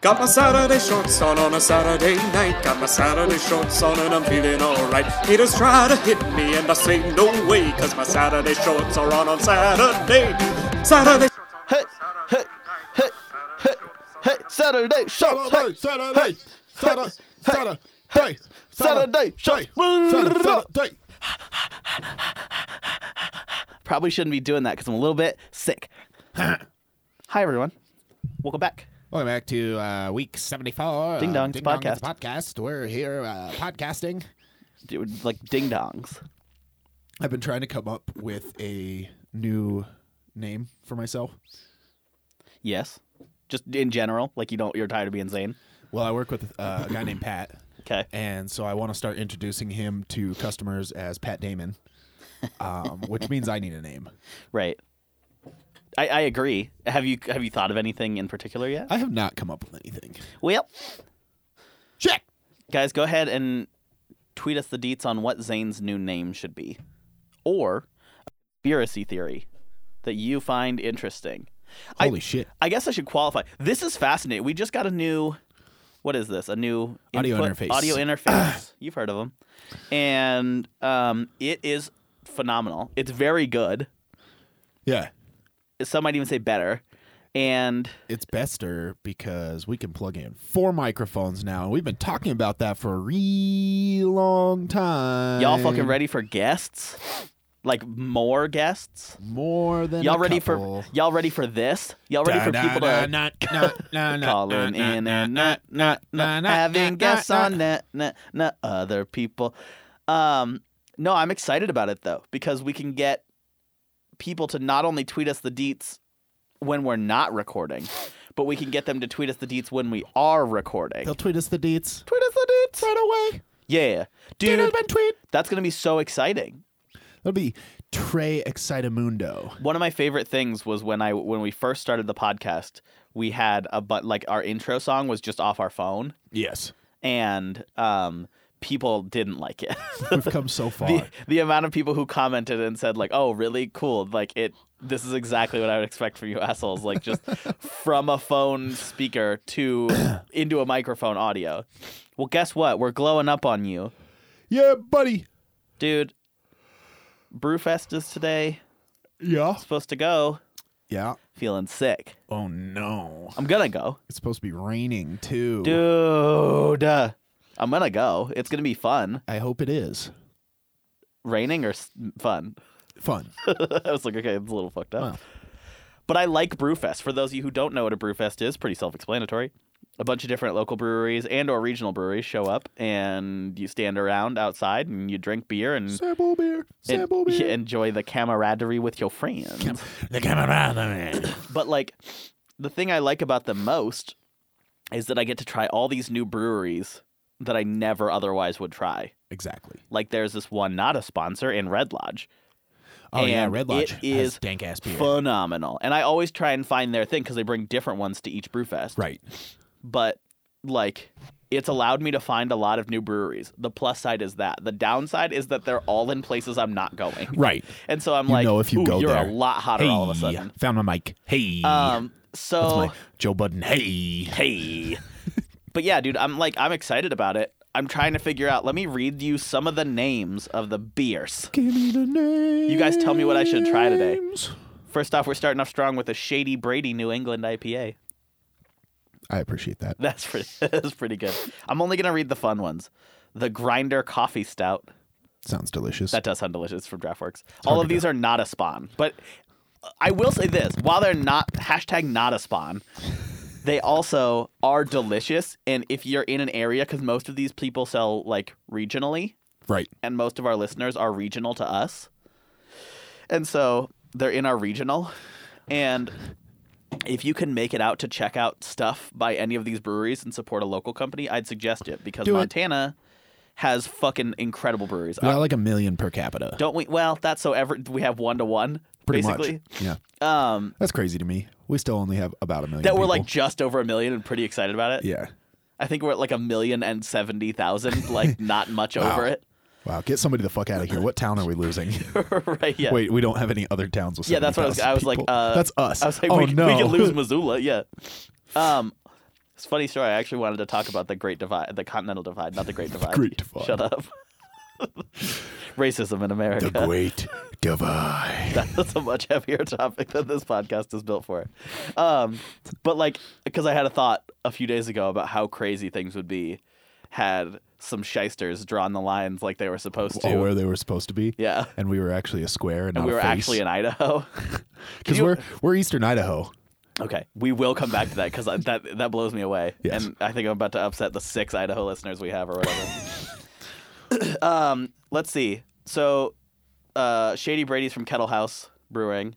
Got my Saturday shorts on on a Saturday night. Got my Saturday shorts on and I'm feeling alright. Haters try to hit me and I say no way, cause my Saturday shorts are on on Saturday. Saturday. hey, hey, hey, hey, hey, Saturday shots, hey, Saturday, Saturday, Saturday, Saturday, Saturday shots. Saturday. Probably shouldn't be doing that because I'm a little bit sick. Hi everyone, welcome back. Welcome back to uh, week 74. Ding of Dong, it's a It's a podcast. We're here uh, podcasting. Dude, like ding dongs. I've been trying to come up with a new name for myself. Yes, just in general, like you don't, you're tired of being sane. Well, I work with uh, a guy named Pat, Okay, and so I want to start introducing him to customers as Pat Damon, um, which means I need a name. right. I, I agree. Have you have you thought of anything in particular yet? I have not come up with anything. Well, Shit! guys, go ahead and tweet us the deets on what Zane's new name should be, or a conspiracy theory that you find interesting. Holy shit. I guess I should qualify. This is fascinating. We just got a new, what is this? A new Audio input- interface. Audio interface. You've heard of them, and um, it is phenomenal. It's very good. Yeah. Some might even say better. And it's bester because we can plug in four microphones now. and We've been talking about that for a real long time. y'all fucking ready for guests? Like more guests? More than Y'all a ready couple. for y'all ready for this? Y'all ready for people to calling in and not not not having guests on that not not other people. Um, no, I'm excited about it though because we can get people to not only tweet us the deets when we're not recording, but we can get them to tweet us the deets when we are recording. They'll tweet us the deets tweet us the deets. right away. Yeah, Dude, dude, been tweet. that's gonna be so exciting. That'll be Trey Excitamundo. One of my favorite things was when I when we first started the podcast, we had a but like our intro song was just off our phone. Yes, and um, people didn't like it. we've come so far. the, the amount of people who commented and said like, "Oh, really cool!" Like it. This is exactly what I would expect from you assholes. Like just from a phone speaker to into a microphone audio. Well, guess what? We're glowing up on you, yeah, buddy. dude. Brewfest is today. Yeah. Supposed to go. Yeah. Feeling sick. Oh no, I'm gonna go, it's supposed to be raining too. dude. uh, I'm gonna go. It's gonna be fun. I hope it is Raining or s- fun? fun. I was like, okay, it's a little fucked up. Wow. But I like Brewfest. For those of you who don't know what a Brewfest is, pretty self-explanatory. A bunch of different local breweries and or regional breweries show up and you stand around outside and you drink beer and, Sample beer. Mm. and Sample you beer. enjoy the camaraderie with your friends. The camera. but like the thing I like about them most is that I get to try all these new breweries that I never otherwise would try. Exactly. Like there's this one not a sponsor in Red Lodge Oh yeah, And Red Lodge it has is dank ass beer. phenomenal. And I always try and find their thing because they bring different ones to each brewfest. Right. But like, it's allowed me to find a lot of new breweries. The plus side is that. The downside is that they're all in places I'm not going. Right. And so I'm You like, know if you "Ooh, go you're there." a lot hotter all of a Hey, sudden. Found my mic. Hey. Um. That's So my Joe Budden. Hey. hey. but yeah, dude, I'm like, I'm excited about it. I'm trying to figure out. Let me read you some of the names of the beers. Give me the name. You guys tell me what I should try today. First off, we're starting off strong with a Shady Brady New England IPA. I appreciate that. That's pretty. That's pretty good. I'm only gonna read the fun ones. The Grinder Coffee Stout. Sounds delicious. That does sound delicious from DraftWorks. All of these are not a spawn, but I will say this: while they're not hashtag not a spawn, they also are delicious. And if you're in an area, because most of these people sell like regionally, right. and most of our listeners are regional to us. And so they're in our regional. And if you can make it out to check out stuff by any of these breweries and support a local company, I'd suggest it because Do it. Montana has fucking incredible breweries. Not Uh, like a million per capita. don't we? Well, that's so ever we have one to one pretty basically. much. Yeah. Um, That's crazy to me. We still only have about a million. that we're people. like just over a million and pretty excited about it. Yeah. I think we're at like a million and seventy thousand, like not much over it. Wow. Get somebody the fuck out of here. What town are we losing? right? Yeah. Wait, we don't have any other towns with. Yeah, that's what I was- 70,000 I was like, people. uh, that's us. I was like, oh we, no, we could lose Missoula, yeah. Um, It's a funny story. I actually wanted to talk about the Great Divide, the Continental Divide, not the Great Divide. Great Divide. Shut up. Racism in America. The Great Divide. That's a much heavier topic than this podcast is built for. Um, but like, because I had a thought a few days ago about how crazy things would be had some shysters drawn the lines like they were supposed to. Oh, where they were supposed to be. Yeah. And we were actually a square, and, And not we a were face. actually in Idaho. because you- we're we're Eastern Idaho. Okay, we will come back to that because that that blows me away, Yes. and I think I'm about to upset the six Idaho listeners we have or whatever. um, let's see. So, uh, Shady Brady's from Kettle House Brewing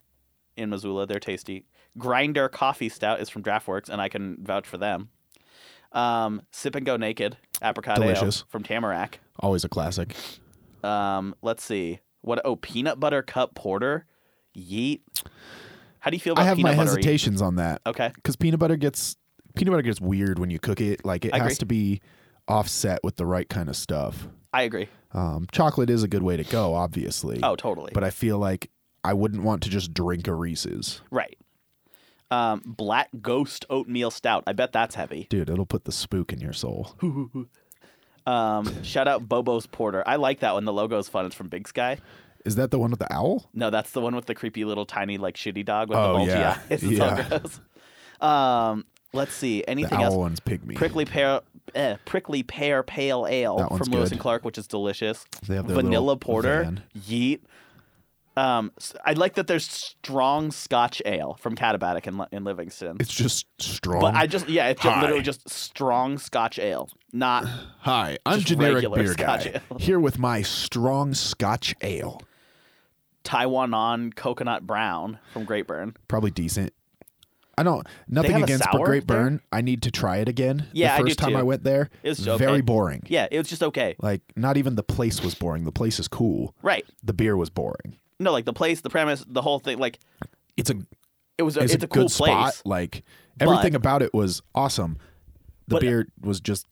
in Missoula. They're tasty. Grinder Coffee Stout is from DraftWorks, and I can vouch for them. Um, Sip and Go Naked Apricot Ale Delicious. from Tamarack. Always a classic. Um, let's see. What? Oh, Peanut Butter Cup Porter. Yeet. How do you feel about I have my peanut butter? hesitations on that Okay. because peanut butter gets peanut butter gets weird when you cook it. Like it I has agree. to be offset with the right kind of stuff. I agree. Um, chocolate is a good way to go, obviously. Oh, totally. but I feel like I wouldn't want to just drink a Reese's, Right. Um, Black Ghost Oatmeal Stout. I bet that's heavy. dude. It'll put the spook in your soul. Um, shout out Bobo's Porter. I like that one. The logo's fun. It's from Big Sky. Is that the one with the owl? No, that's the one with the creepy little tiny like shitty dog with Oh, the bulgy yeah. eyes. It's Yeah. so gross. Um, let's see. The Anything owl else? one's pygmy. Prickly pear, eh, prickly pear pale ale That from one's Lewis good. and Clark, which is delicious. They have their Vanilla little porter, van. yeet. Um, s- I like that there's strong Scotch ale from Catabatic in, Li- in Livingston. It's just strong. But I just yeah, it's just Hi. literally just strong Scotch ale, not Hi, I'm Just generic regular beer Scotch guy ale. here with my strong Scotch ale. Taiwanan coconut brown from Great Burn. Probably decent. I don't nothing have a against sour Great there? Burn. I need to try it again. Yeah, I the do first time too. I went there, It's okay. very boring. Yeah, it was just okay. Like not even the place was boring. The place is cool. Right. The beer was boring. No, like the place, the premise, the whole thing. Like It's a it was a, it's, it's, a, a, cool good place. spot. Like everything about it was awesome. The But- beer was just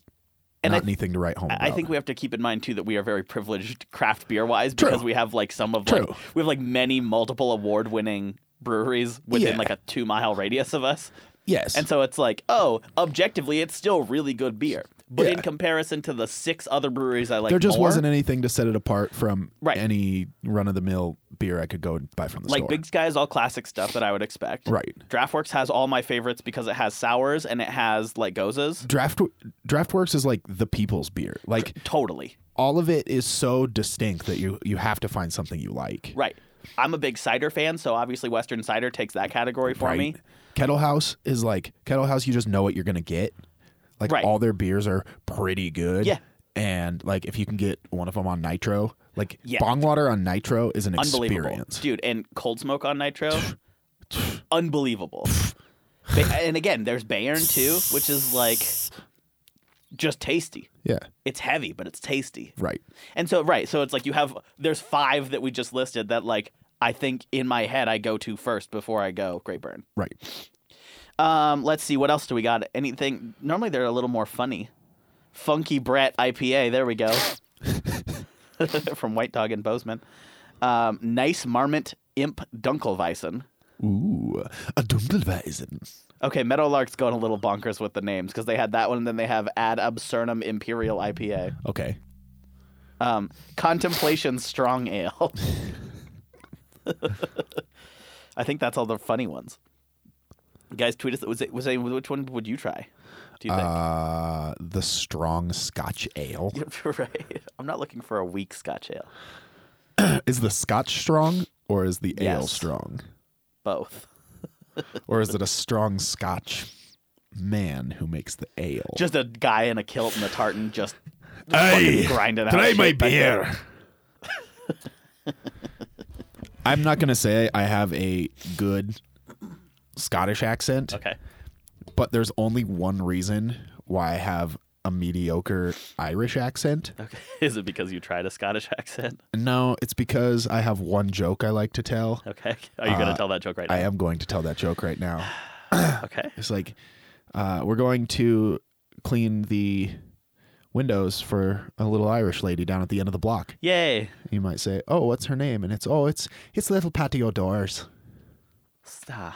And not I- anything to write home I I about. think we have to keep in mind too that we are very privileged craft beer wise True. because we have like some of True. like we have like many multiple award winning breweries within Yeah. like a two mile radius of us. yes. And so it's like, oh, objectively, it's still really good beer, but in Yeah. comparison to the six other breweries I like, there just more, wasn't anything to set it apart from Right. any run of the mill beer I could go and buy from the like store. Big Sky is all classic stuff that I would expect. Right. DraftWorks has all my favorites because it has sours and it has like gozas. Draft DraftWorks is like the people's beer. Like Totally. all of it is so distinct that you you have to find something you like. Right. I'm a big cider fan, so obviously Western cider takes that category for me. Kettle House is like Kettle House. You just know what you're gonna get. Like Right. all their beers are pretty good. Yeah. And like if you can get one of them on nitro, like Yeah. bong water on nitro is an Unbelievable. experience. Dude, and cold smoke on nitro. unbelievable. Ba- and again, there's Bayern too, which is like just tasty. Yeah. It's heavy, but it's tasty. Right. And so right, so it's like you have there's five that we just listed that like I think in my head I go to first before I go Great Burn. Right. Um, let's see what else do we got? Anything? Normally they're a little more funny. Funky Brett IPA. There we go. From White Dog and Bozeman. Um, nice Marmot Imp Dunkelweizen. Ooh, a Dunkelweizen. Okay, Meadowlark's going a little bonkers with the names because they had that one and then they have Ad Absurnum Imperial IPA. Okay. Um, Contemplation Strong Ale. I think that's all the funny ones. Guys, tweet us. Was it, was it, which one would you try? Do you think? Uh, the strong Scotch ale right. I'm not looking for a weak Scotch ale. is the Scotch strong or is the ale Yes. strong? Both. Or is it a strong Scotch man who makes the ale? Just a guy in a kilt and a tartan just Aye, fucking grinding out. try shit my back there. beer. I'm not gonna say I have a good Scottish accent, Okay. but there's only one reason why I have a mediocre Irish accent. Okay. Is it because you tried a Scottish accent? No, it's because I have one joke I like to tell. Okay. Are you gonna tell that joke right Uh, I now? am going to tell that joke right now. Okay. It's like uh, we're going to clean the windows for a little Irish lady down at the end of the block. Yay. You might say, "Oh, what's her name?" And it's, "Oh, it's it's little Patty O'Doors." Stop.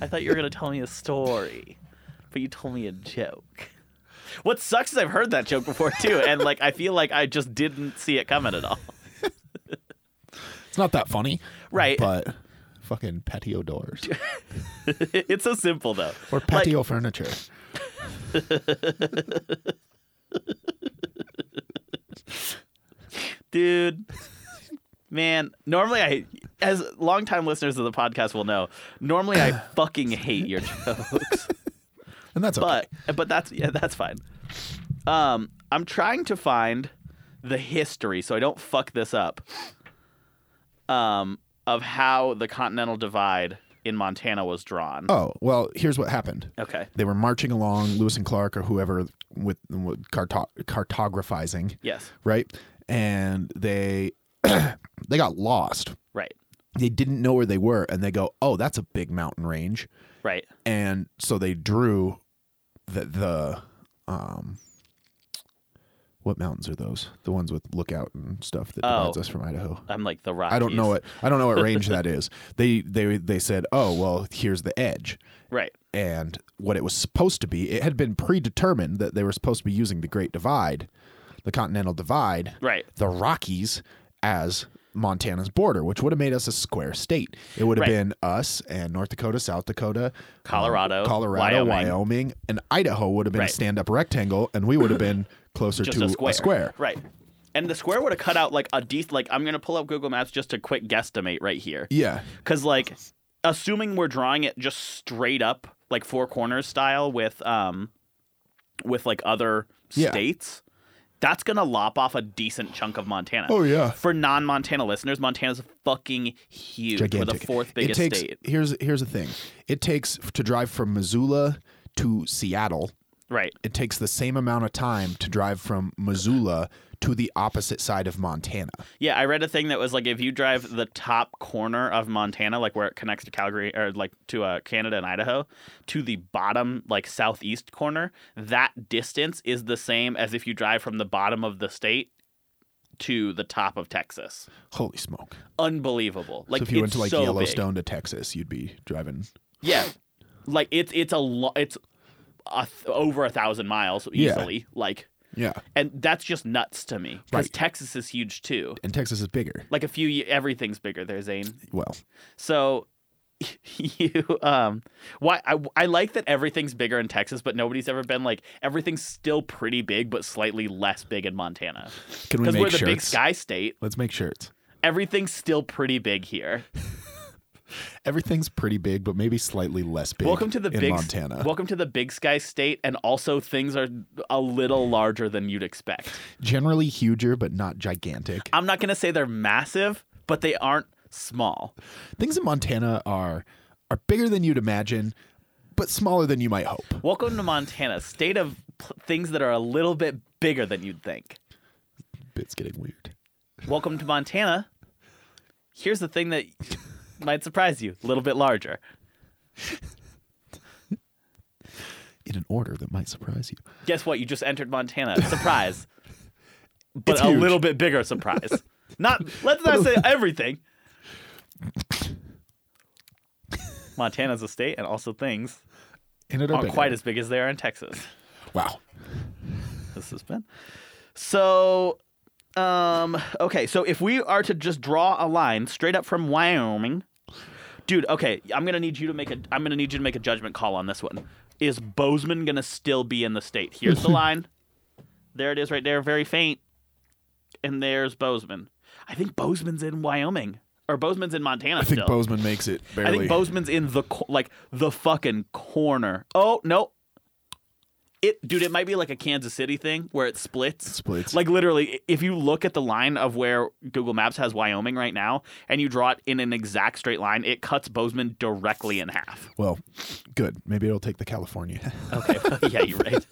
I thought you were gonna tell me a story. but you told me a joke. What sucks is I've heard that joke before too, and like I feel like I just didn't see it coming at all. It's not that funny. Right. But fucking patio doors it's so simple though. or patio furniture. dude. Man, normally I, as longtime listeners of the podcast will know, normally I fucking hate your jokes, And that's okay. but but that's yeah that's fine. Um, I'm trying to find the history so I don't fuck this up. Um, of how the Continental Divide in Montana was drawn. oh, well, here's what happened. Okay. They were marching along, Lewis and Clark or whoever with, with carto- cartographizing, Yes. right? And they they got lost. Right. They didn't know where they were, and they go, "Oh, that's a big mountain range." Right. and so they drew the the um what mountains are those? The ones with lookout and stuff that divides Oh. us from Idaho. I'm like the rock. I don't know it. I don't know what range that is. They they they said, "Oh, well, here's the edge." Right. And what it was supposed to be, it had been predetermined that they were supposed to be using the Great Divide, the Continental Divide, Right. the Rockies as Montana's border, which would have made us a square state. It would have Right. been us and North Dakota, South Dakota, um, Colorado, Colorado, Wyoming. Wyoming. and Idaho would have been Right. a stand-up rectangle, and we would have been closer Just to a square. Right. And the square would have cut out like a dec like I'm gonna pull up Google Maps just to quick guesstimate right here. Yeah, Cause like assuming we're drawing it just straight up, like four corners style with um with like other Yeah. states, that's gonna lop off a decent chunk of Montana. Oh, yeah. For non Montana listeners, Montana's fucking huge. We're gigantic. the fourth it biggest takes, state. Here's here's the thing. It takes to drive from Missoula to Seattle. Right. It takes the same amount of time to drive from Missoula to the opposite side of Montana. Yeah, I read a thing that was like if you drive the top corner of Montana, like where it connects to Calgary or like to uh, Canada and Idaho, to the bottom, like southeast corner, that distance is the same as if you drive from the bottom of the state to the top of Texas. Holy smoke! Unbelievable! Like so if you went it's to like so big. Yellowstone to Texas, you'd be driving. yeah, like it's it's a lo- it's a th- over a thousand miles Yeah. easily. Like, Yeah, and that's just nuts to me because Right. Texas is huge too. and Texas is bigger. Like a few, everything's bigger there, Zane. Well, So you um why I, I like that everything's bigger in Texas but nobody's ever been like everything's still pretty big but slightly less big in Montana can we cuz make we're the shirts? big sky state Let's make shirts. everything's still pretty big here Everything's pretty big, but maybe slightly less big. welcome to the in big Montana. welcome to the big sky state and also things are a little larger than you'd expect Generally huger, but not gigantic. I'm not going to say they're massive but they aren't small Things in Montana are are bigger than you'd imagine, but smaller than you might hope. welcome to Montana state of pl- things that are a little bit bigger than you'd think It's getting weird. Welcome to Montana. Here's the thing that might surprise you a little bit larger. In an order that might surprise you. Guess what? You just entered Montana. Surprise. But It's a huge. little bit bigger surprise. Not let's not say everything. Montana's a state and also things And it aren't quite as big as they are in Texas. wow. This has been. So um okay, so if we are to just draw a line straight up from Wyoming, dude, okay, I'm going to need you to make a I'm going to need you to make a judgment call on this one. Is Bozeman going to still be in the state? Here's the line. There it is right there, very faint. And there's Bozeman. I think Bozeman's in Wyoming or Bozeman's in Montana I think still. Bozeman makes it barely. I think Bozeman's in the co- like the fucking corner. Oh no, it dude, it might be like a Kansas City thing where it splits. Splits. Like literally, i- if you look at the line of where Google Maps has Wyoming right now, and you draw it in an exact straight line, it cuts Bozeman directly in half. well, good. Maybe it'll take the California. Okay, yeah, you're right.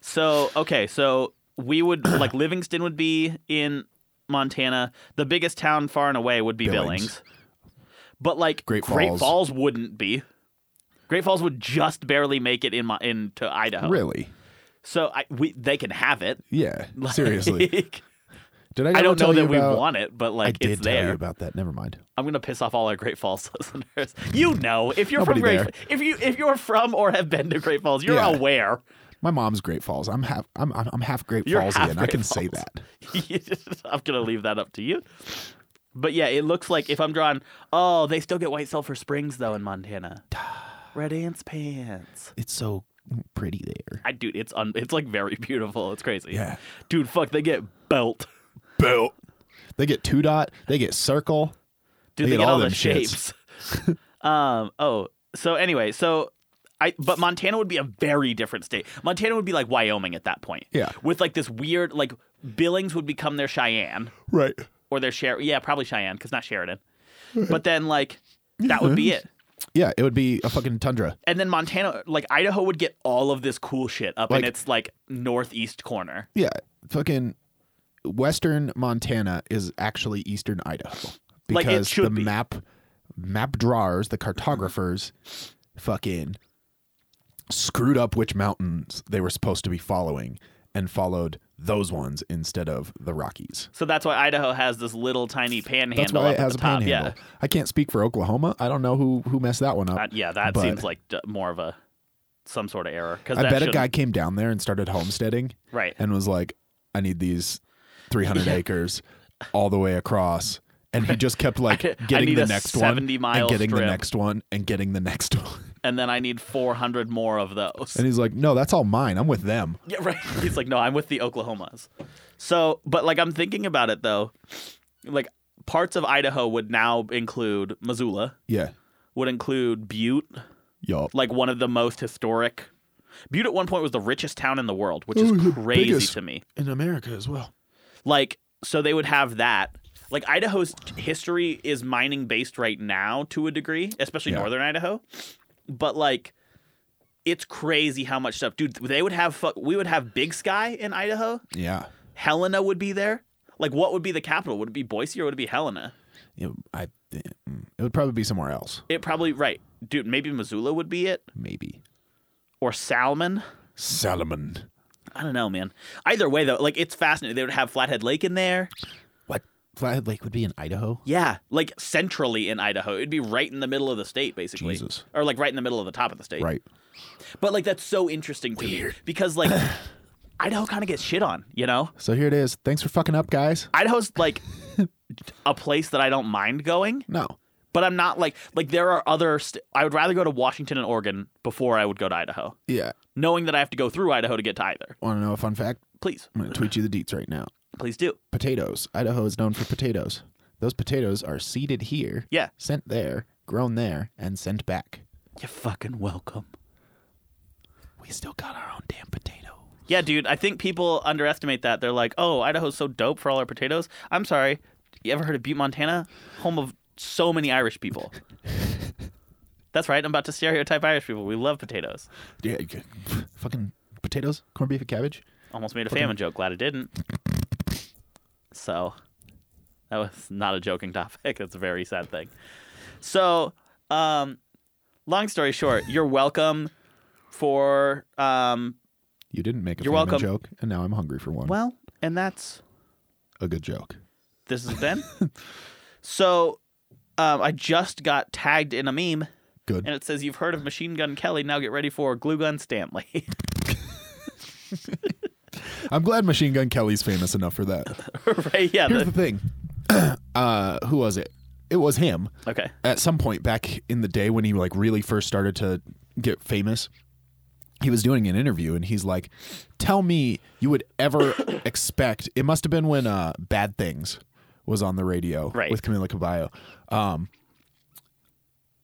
So okay, so we would like Livingston would be in Montana. The biggest town far and away would be Billings. Billings. But like Great Falls. wouldn't be. Great Falls would just barely make it in my into Idaho. really? So I we they can have it. Yeah. Seriously. Like, Did I? I ever don't know tell you that we about- want it, but like I did it's tell you there. about that. Never mind. I'm gonna piss off all our Great Falls listeners. You know, if you're from Nobody Great, if you if you're from or have been to Great Falls, you're Yeah. aware. My mom's Great Falls. I'm half. I'm I'm, I'm half Great You're Falls half again. I Great can say Falls. that. I'm gonna leave that up to you. But yeah, it looks like if I'm drawing, oh, they still get white sulfur springs though in Montana. Red ants pants. It's so pretty there. I dude, it's un- it's like very beautiful. It's crazy. Yeah. dude, fuck, they get belt. Belt. They get two dot. They get circle. Dude, They they get get all all them the shapes. shits. um. Oh. So anyway, so I but Montana would be a very different state. Montana would be like Wyoming at that point. Yeah. With like this weird like Billings would become their Cheyenne Right. or their Sher yeah probably Cheyenne because not Sheridan. But then like that would be it. Yeah. It would be a fucking tundra. And then Montana, like Idaho, would get all of this cool shit up Like- in its like northeast corner. Yeah. Fucking Western Montana is actually Eastern Idaho Like, it because the should be. map map drawers, the cartographers, fucking screwed up which mountains they were supposed to be following and followed those ones instead of the Rockies. So that's why Idaho has this little tiny panhandle. That's why up it at has the a top. panhandle. I can't speak for Oklahoma. I don't know who who messed that one up. Yeah, Uh, yeah, that but seems like d- more of a some sort of error. Because I bet a guy came down there and started homesteading right. and was like, "I need these 300 acres all the way across." And he just kept like I getting need the a next 70 one mile and getting the strip. next one and getting the next one. and then I need 400 more of those. And he's like, "No, that's all mine. I'm with them." yeah, right. He's like, no, I'm with the Oklahomas. So, but like, I'm thinking about it though. Like, parts of Idaho would now include Missoula, Yeah. would include Butte, Yup. like one of the most historic. Butte at one point was the richest town in the world, which is Oh, the crazy biggest. to me. In America as well. Like, so they would have that. Like Idaho's t- history is mining based right now to a degree, especially Yeah. northern Idaho. But like, it's crazy how much stuff, dude. They would have fuck. We would have Big Sky in Idaho. Yeah. Helena would be there. Like, what would be the capital? Would it be Boise or would it be Helena? It, I it would probably be somewhere else. It probably right, dude. Maybe Missoula would be it Maybe. or Salmon. Salomon. I don't know, man. Either way, though, like it's fascinating. They would have Flathead Lake in there. What? Flathead Lake would be in Idaho? Yeah, like centrally in Idaho, it'd be right in the middle of the state, basically, Jesus. or like right in the middle of the top of the state. Right. But like that's so interesting to me because like Idaho kind of gets shit on, you know. So here it is. Thanks for fucking up, guys. Idaho's like a place that I don't mind going, No. but I'm not like like there are other. St- I would rather go to Washington and Oregon before I would go to Idaho, Yeah. knowing that I have to go through Idaho to get to either. Want to know a fun fact? Please, I'm going to tweet you the deets right now. please do. Potatoes. Idaho is known for potatoes. Those potatoes are seeded here, Yeah, sent there, grown there, and sent back. you're fucking welcome. We still got our own damn potato. Yeah, dude, I think people underestimate that. They're like, oh, Idaho's so dope for all our potatoes. I'm sorry. You ever heard of Butte, Montana? Home of so many Irish people. That's right. I'm about to stereotype Irish people. We love potatoes. Yeah, you could- fucking potatoes, corned beef, and cabbage. Almost made a famine joke. Glad I didn't. So, that was not a joking topic. That's a very sad thing. So, um, long story short, you're welcome for um, You didn't make a You're famine welcome. joke, and now I'm hungry for one. well, and that's a good joke. this has been. so um, I just got tagged in a meme, Good. and it says, You've heard of Machine Gun Kelly, now get ready for Glue Gun Stanley. I'm glad Machine Gun Kelly's famous enough for that. right? Yeah. Here's the- the thing. uh, who was it? It was him. okay. at some point back in the day when he like really first started to get famous he was doing an interview and he's like tell me you would ever expect it must have been when uh bad things was on the radio Right. with camila caballo um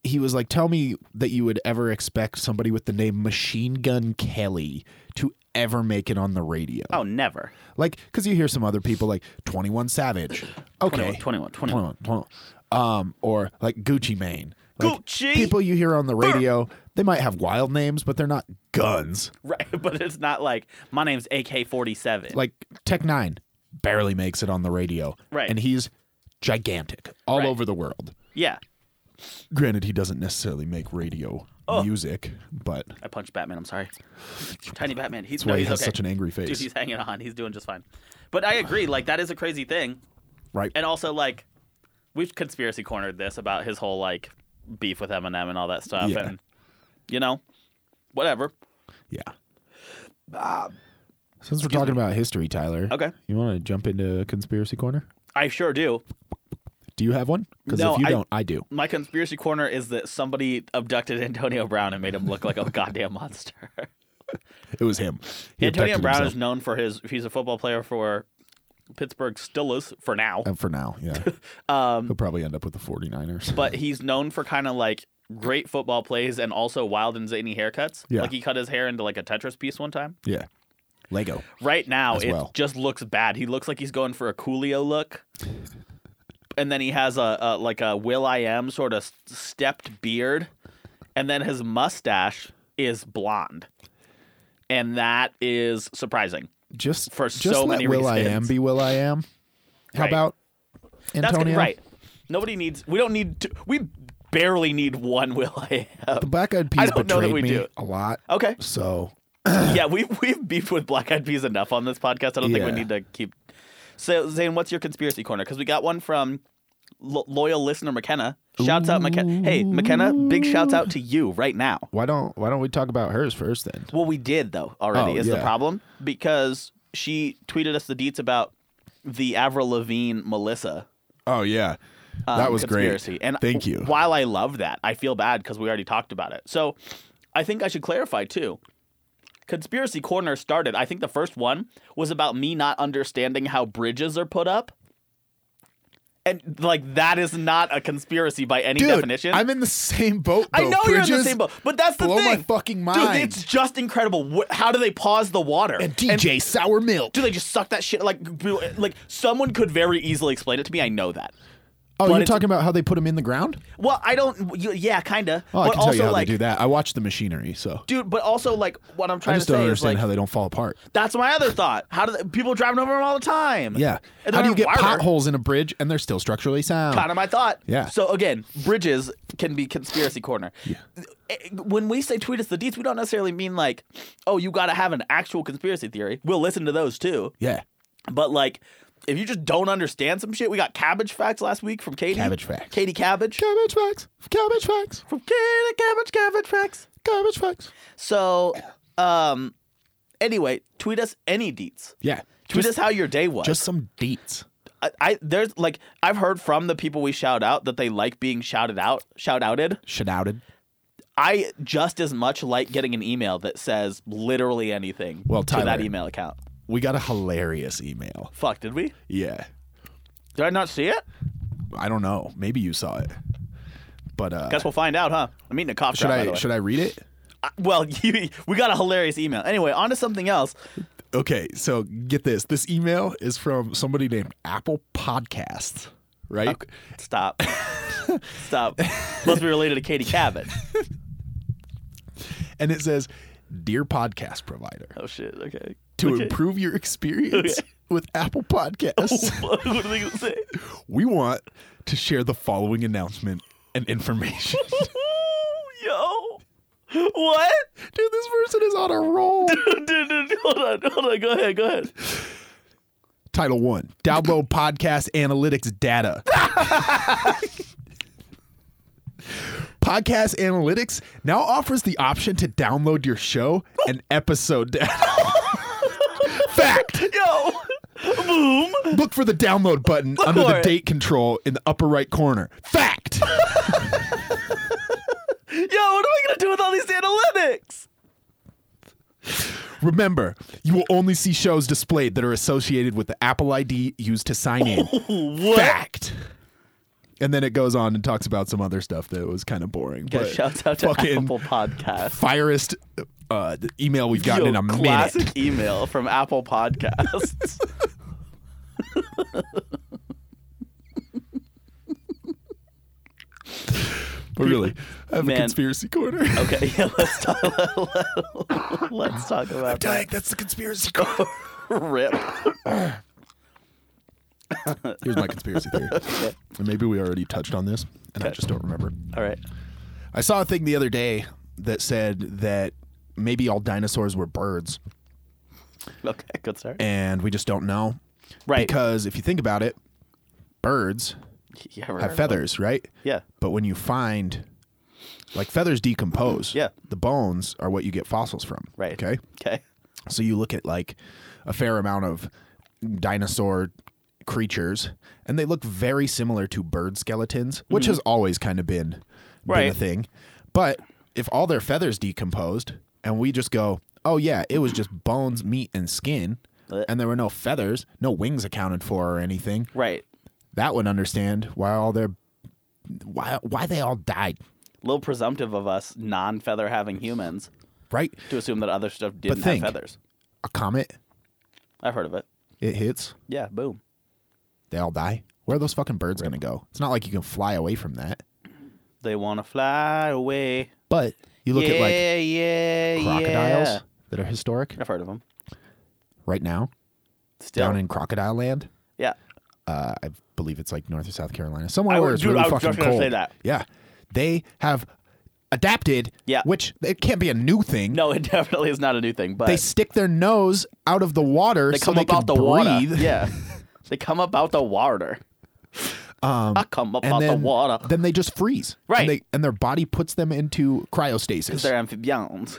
he was like tell me that you would ever expect somebody with the name machine gun kelly to ever make it on the radio Oh, never. like because you hear some other people like 21 savage okay 21, 21, 21. 21, 21. Um, or like Gucci Mane. Like, Gucci! People you hear on the radio, they might have wild names, but they're not guns. Right. But it's not like, My name's AK 47. Like Tech Nine barely makes it on the radio. Right. And he's gigantic all Right. over the world. yeah. Granted, he doesn't necessarily make radio Oh. music, but I punched Batman. I'm sorry. Tiny Batman. He's that's why no, he he's has okay. such an angry face, Dude, he's hanging on. He's doing just fine. But I agree. Like that is a crazy thing. right? And also like we've conspiracy cornered this about his whole like beef with Eminem and all that stuff. Yeah. And you know, whatever. yeah. Since we're talking about history, Tyler, Okay. you want to jump into conspiracy corner? I sure do. Do you have one? Because No, if you I- don't, I do. My conspiracy corner is that somebody abducted Antonio Brown and made him look like a goddamn monster. It was him. He Antonio abducted Brown himself. is known for his he's a football player for Pittsburgh Steelers for now. And Uh, for now, yeah. Um He'll probably end up with the 49ers. but he's known for kind of like great football plays and also wild and zany haircuts. Yeah. Like he cut his hair into like a Tetris piece one time. yeah. Lego. Right now, As it well. just looks bad. He looks like he's going for a Coolio look, and then he has a, a like a Will I Am sort of stepped beard, and then his mustache is blonde, and that is surprising. Just For just so let many Will I am reasons. be Will I am. How Right. about That's Antonio? right. Nobody needs. We don't need. To, we barely need one Will I Am. The Black Eyed I Peas don't know that betrayed we me do. a lot. Okay. So yeah, we we've beefed with Black Eyed Peas enough on this podcast. I don't think we Yeah. need to keep. So Zane, what's your conspiracy corner? Because we got one from lo- loyal listener McKenna. Shouts out McKenna. Hey McKenna, big shouts out to you right now. why don't why don't we talk about hers first then? Well, we did though already. Oh, is the yeah. problem because she tweeted us the deets about the Avril Lavigne Melissa. Oh yeah. um, that was conspiracy. great. And Thank you. While I love that, I feel bad because we already talked about it. So I think I should clarify too. Conspiracy Corner started. I think the first one was about me not understanding how bridges are put up. And like that is not a conspiracy by any Dude, definition. I'm in the same boat. I bro. know you're in the Bridges same boat, but that's the blow thing. my fucking mind. Dude, it's just incredible. Wh- How do they pause the water? And DJ Sour Milk. do they just suck that shit? Like, like someone could very easily explain it to me. I know that. oh, you're it's- talking about how they put him in the ground? Well, I don't. You, yeah, kinda. Oh, I but can also, tell you how like, they do that. I watched the machinery, so dude. But also, like, what I'm I trying just to don't say is understand like, how they don't fall apart. that's my other thought. How do they, people driving over them all the time? Yeah. And How they're do you get wider. potholes in a bridge and they're still structurally sound? Kind of my thought. Yeah. So again, bridges can be conspiracy corner. Eh, When we say tweet us the deets, we don't necessarily mean like, oh, you got to have an actual conspiracy theory. We'll listen to those too. yeah. But like, if you just don't understand some shit, we got cabbage facts last week from Katie. Cabbage facts. Katie Cabbage. Cabbage facts. Cabbage facts. From Katie Cabbage. Cabbage facts. Cabbage facts. So, um, anyway, tweet us any deets. Yeah. Tweet just, us how your day was. just some deets. I, I there's like I've heard from the people we shout out that they like being shouted out, shout outed. Shouted. I just as much like getting an email that says literally anything Well, to that Tyler. email account. We got a hilarious email. Fuck, did we? Yeah. Did I not see it? I don't know. Maybe you saw it. But uh Guess we'll find out, huh? I'm eating a cough should drop, by the I way. should I read it? I- well, you, we got a hilarious email. Anyway, on to something else. Okay, so get this. This email is from somebody named Apple Podcasts, right? Stop. Stop. Must be related to Katie Cabot. And it says, "Dear podcast provider, Oh shit. Okay. to Okay. improve your experience with Apple Podcasts, what are they gonna say? we want to share the following announcement and information." Yo. What? Dude, this person is on a roll. Dude, dude, dude, hold on, hold on. Go ahead, go ahead. Title 1: Download podcast analytics data. Podcast Analytics now offers the option to download your show and episode data. Fact. Yo. Boom. Look for the download button under for the it. date control in the upper right corner. Fact. Yo, what am I gonna do with all these analytics? Remember, you will only see shows displayed that are associated with the Apple ID used to sign in. What? Fact. And then it goes on and talks about some other stuff that was kind of boring. Yeah, but shouts out to fucking Apple Podcast. Firest uh, the email we've gotten Yo, in a classic minute. email from Apple Podcasts. But really, I have Man. a conspiracy corner. okay, yeah, let's talk. let's talk about that. Dang, that's the conspiracy corner. Rip. Here's my conspiracy theory. And maybe we already touched on this, and I just don't remember. All right. I saw a thing the other day that said that maybe all dinosaurs were birds Okay, good start. and we just don't know. Right. Because if you think about it, birds yeah, have feathers, right? Yeah. But when you find like feathers decompose. Yeah. The bones are what you get fossils from. Right. Okay. Okay. So you look at like a fair amount of dinosaur creatures, and they look very similar to bird skeletons, which has always kind of been, been a Right. thing. But if all their feathers decomposed, and we just go, oh yeah, it was just bones, meat, and skin, Blech. and there were no feathers, no wings accounted for or anything, Right. that would understand why all their why why they all died, little presumptive of us non feather having humans right? to assume that other stuff didn't think. have feathers. A comet, I've heard of it. it hits, Yeah, boom. they all die. Where are those fucking birds gonna go? It's not like you can fly away from that. They want to fly away. But you look yeah, at yeah, like crocodiles yeah. that are historic I've heard of them. right now Still. down in crocodile land. yeah. Uh, I believe it's like North or South Carolina, somewhere I where was- it's dude, really I was fucking just gonna cold. say that. Yeah, they have adapted. Yeah. which it can't be a new thing. No, it definitely is not a new thing, but They stick their nose out of the water they so come they up out can the water. breathe. Yeah. they come up out the water. Um, I come up out And the then, water. then they just freeze. Right. And, they, and their body puts them into cryostasis. They're amphibians.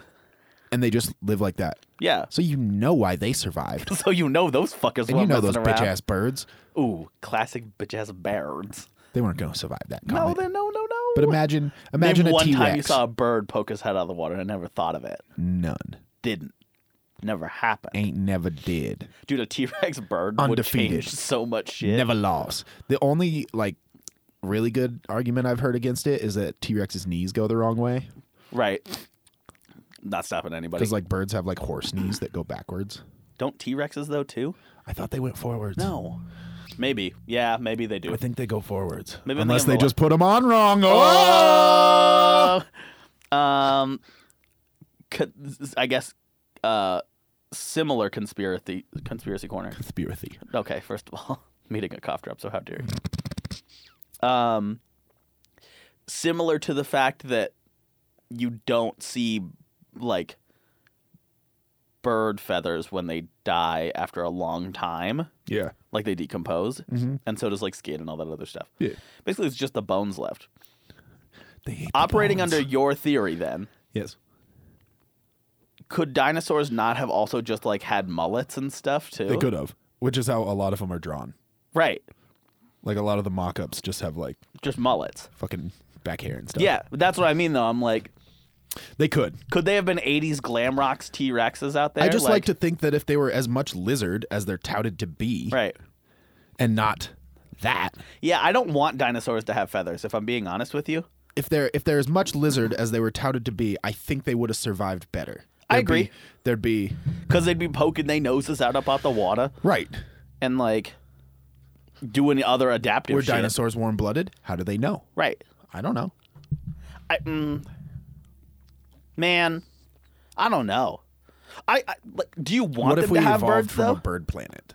and they just live like that. Yeah. So you know why they survived. So you know those fuckers and were you know those messing bitch around. ass birds. Ooh, classic bitch ass birds. They weren't going to survive that. No, comet. they no no no. But imagine, imagine Name a one T time you Rex. saw a bird poke his head out of the water. I never thought of it. None. Didn't. Never happened. Ain't never did. Dude, a T Rex bird would Undefeated. change so much shit. Never lost. The only like really good argument I've heard against it is that T Rex's knees go the wrong way Right. Not stopping anybody. because like birds have like horse knees that go backwards. Don't T Rexes though too? I thought they went forwards. No. Maybe. Yeah, maybe they do. I think they go forwards. Maybe I'm Unless thinking they of the just put them on wrong. Oh! Oh! Um, co- I guess uh, similar conspiracy conspiracy corner. Conspiracy. Okay, first of all, meeting a cough drop, so how dare you? Um, similar to the fact that you don't see like bird feathers when they die after a long time, Yeah. like they decompose, and so does like skin and all that other stuff. Mm-hmm. Yeah. Basically, it's just the bones left. They hate the Operating bones. under your theory, then, Yes. could dinosaurs not have also just like had mullets and stuff too? They could have, which is how a lot of them are drawn. Right, Like a lot of the mock ups just have like just mullets. fucking back hair and stuff. Yeah, that's what I mean though. I'm like, They could. Could they have been 80s glam rocks T Rexes out there? I just like, to think that if they were as much lizard as they're touted to be, Right. and not that, Yeah, I don't want dinosaurs to have feathers, if I'm being honest with you. if they're if they're as much lizard as they were touted to be, I think they would have survived better. I There'd be- agree. there'd be Because they'd be poking their noses out up out the water right. and, like, doing other adaptive Were shit. dinosaurs warm blooded? How do they know? Right. I don't know. I, mm, man, I don't know. I, I like, Do you want What them if we to have evolved birds, from though? a bird planet?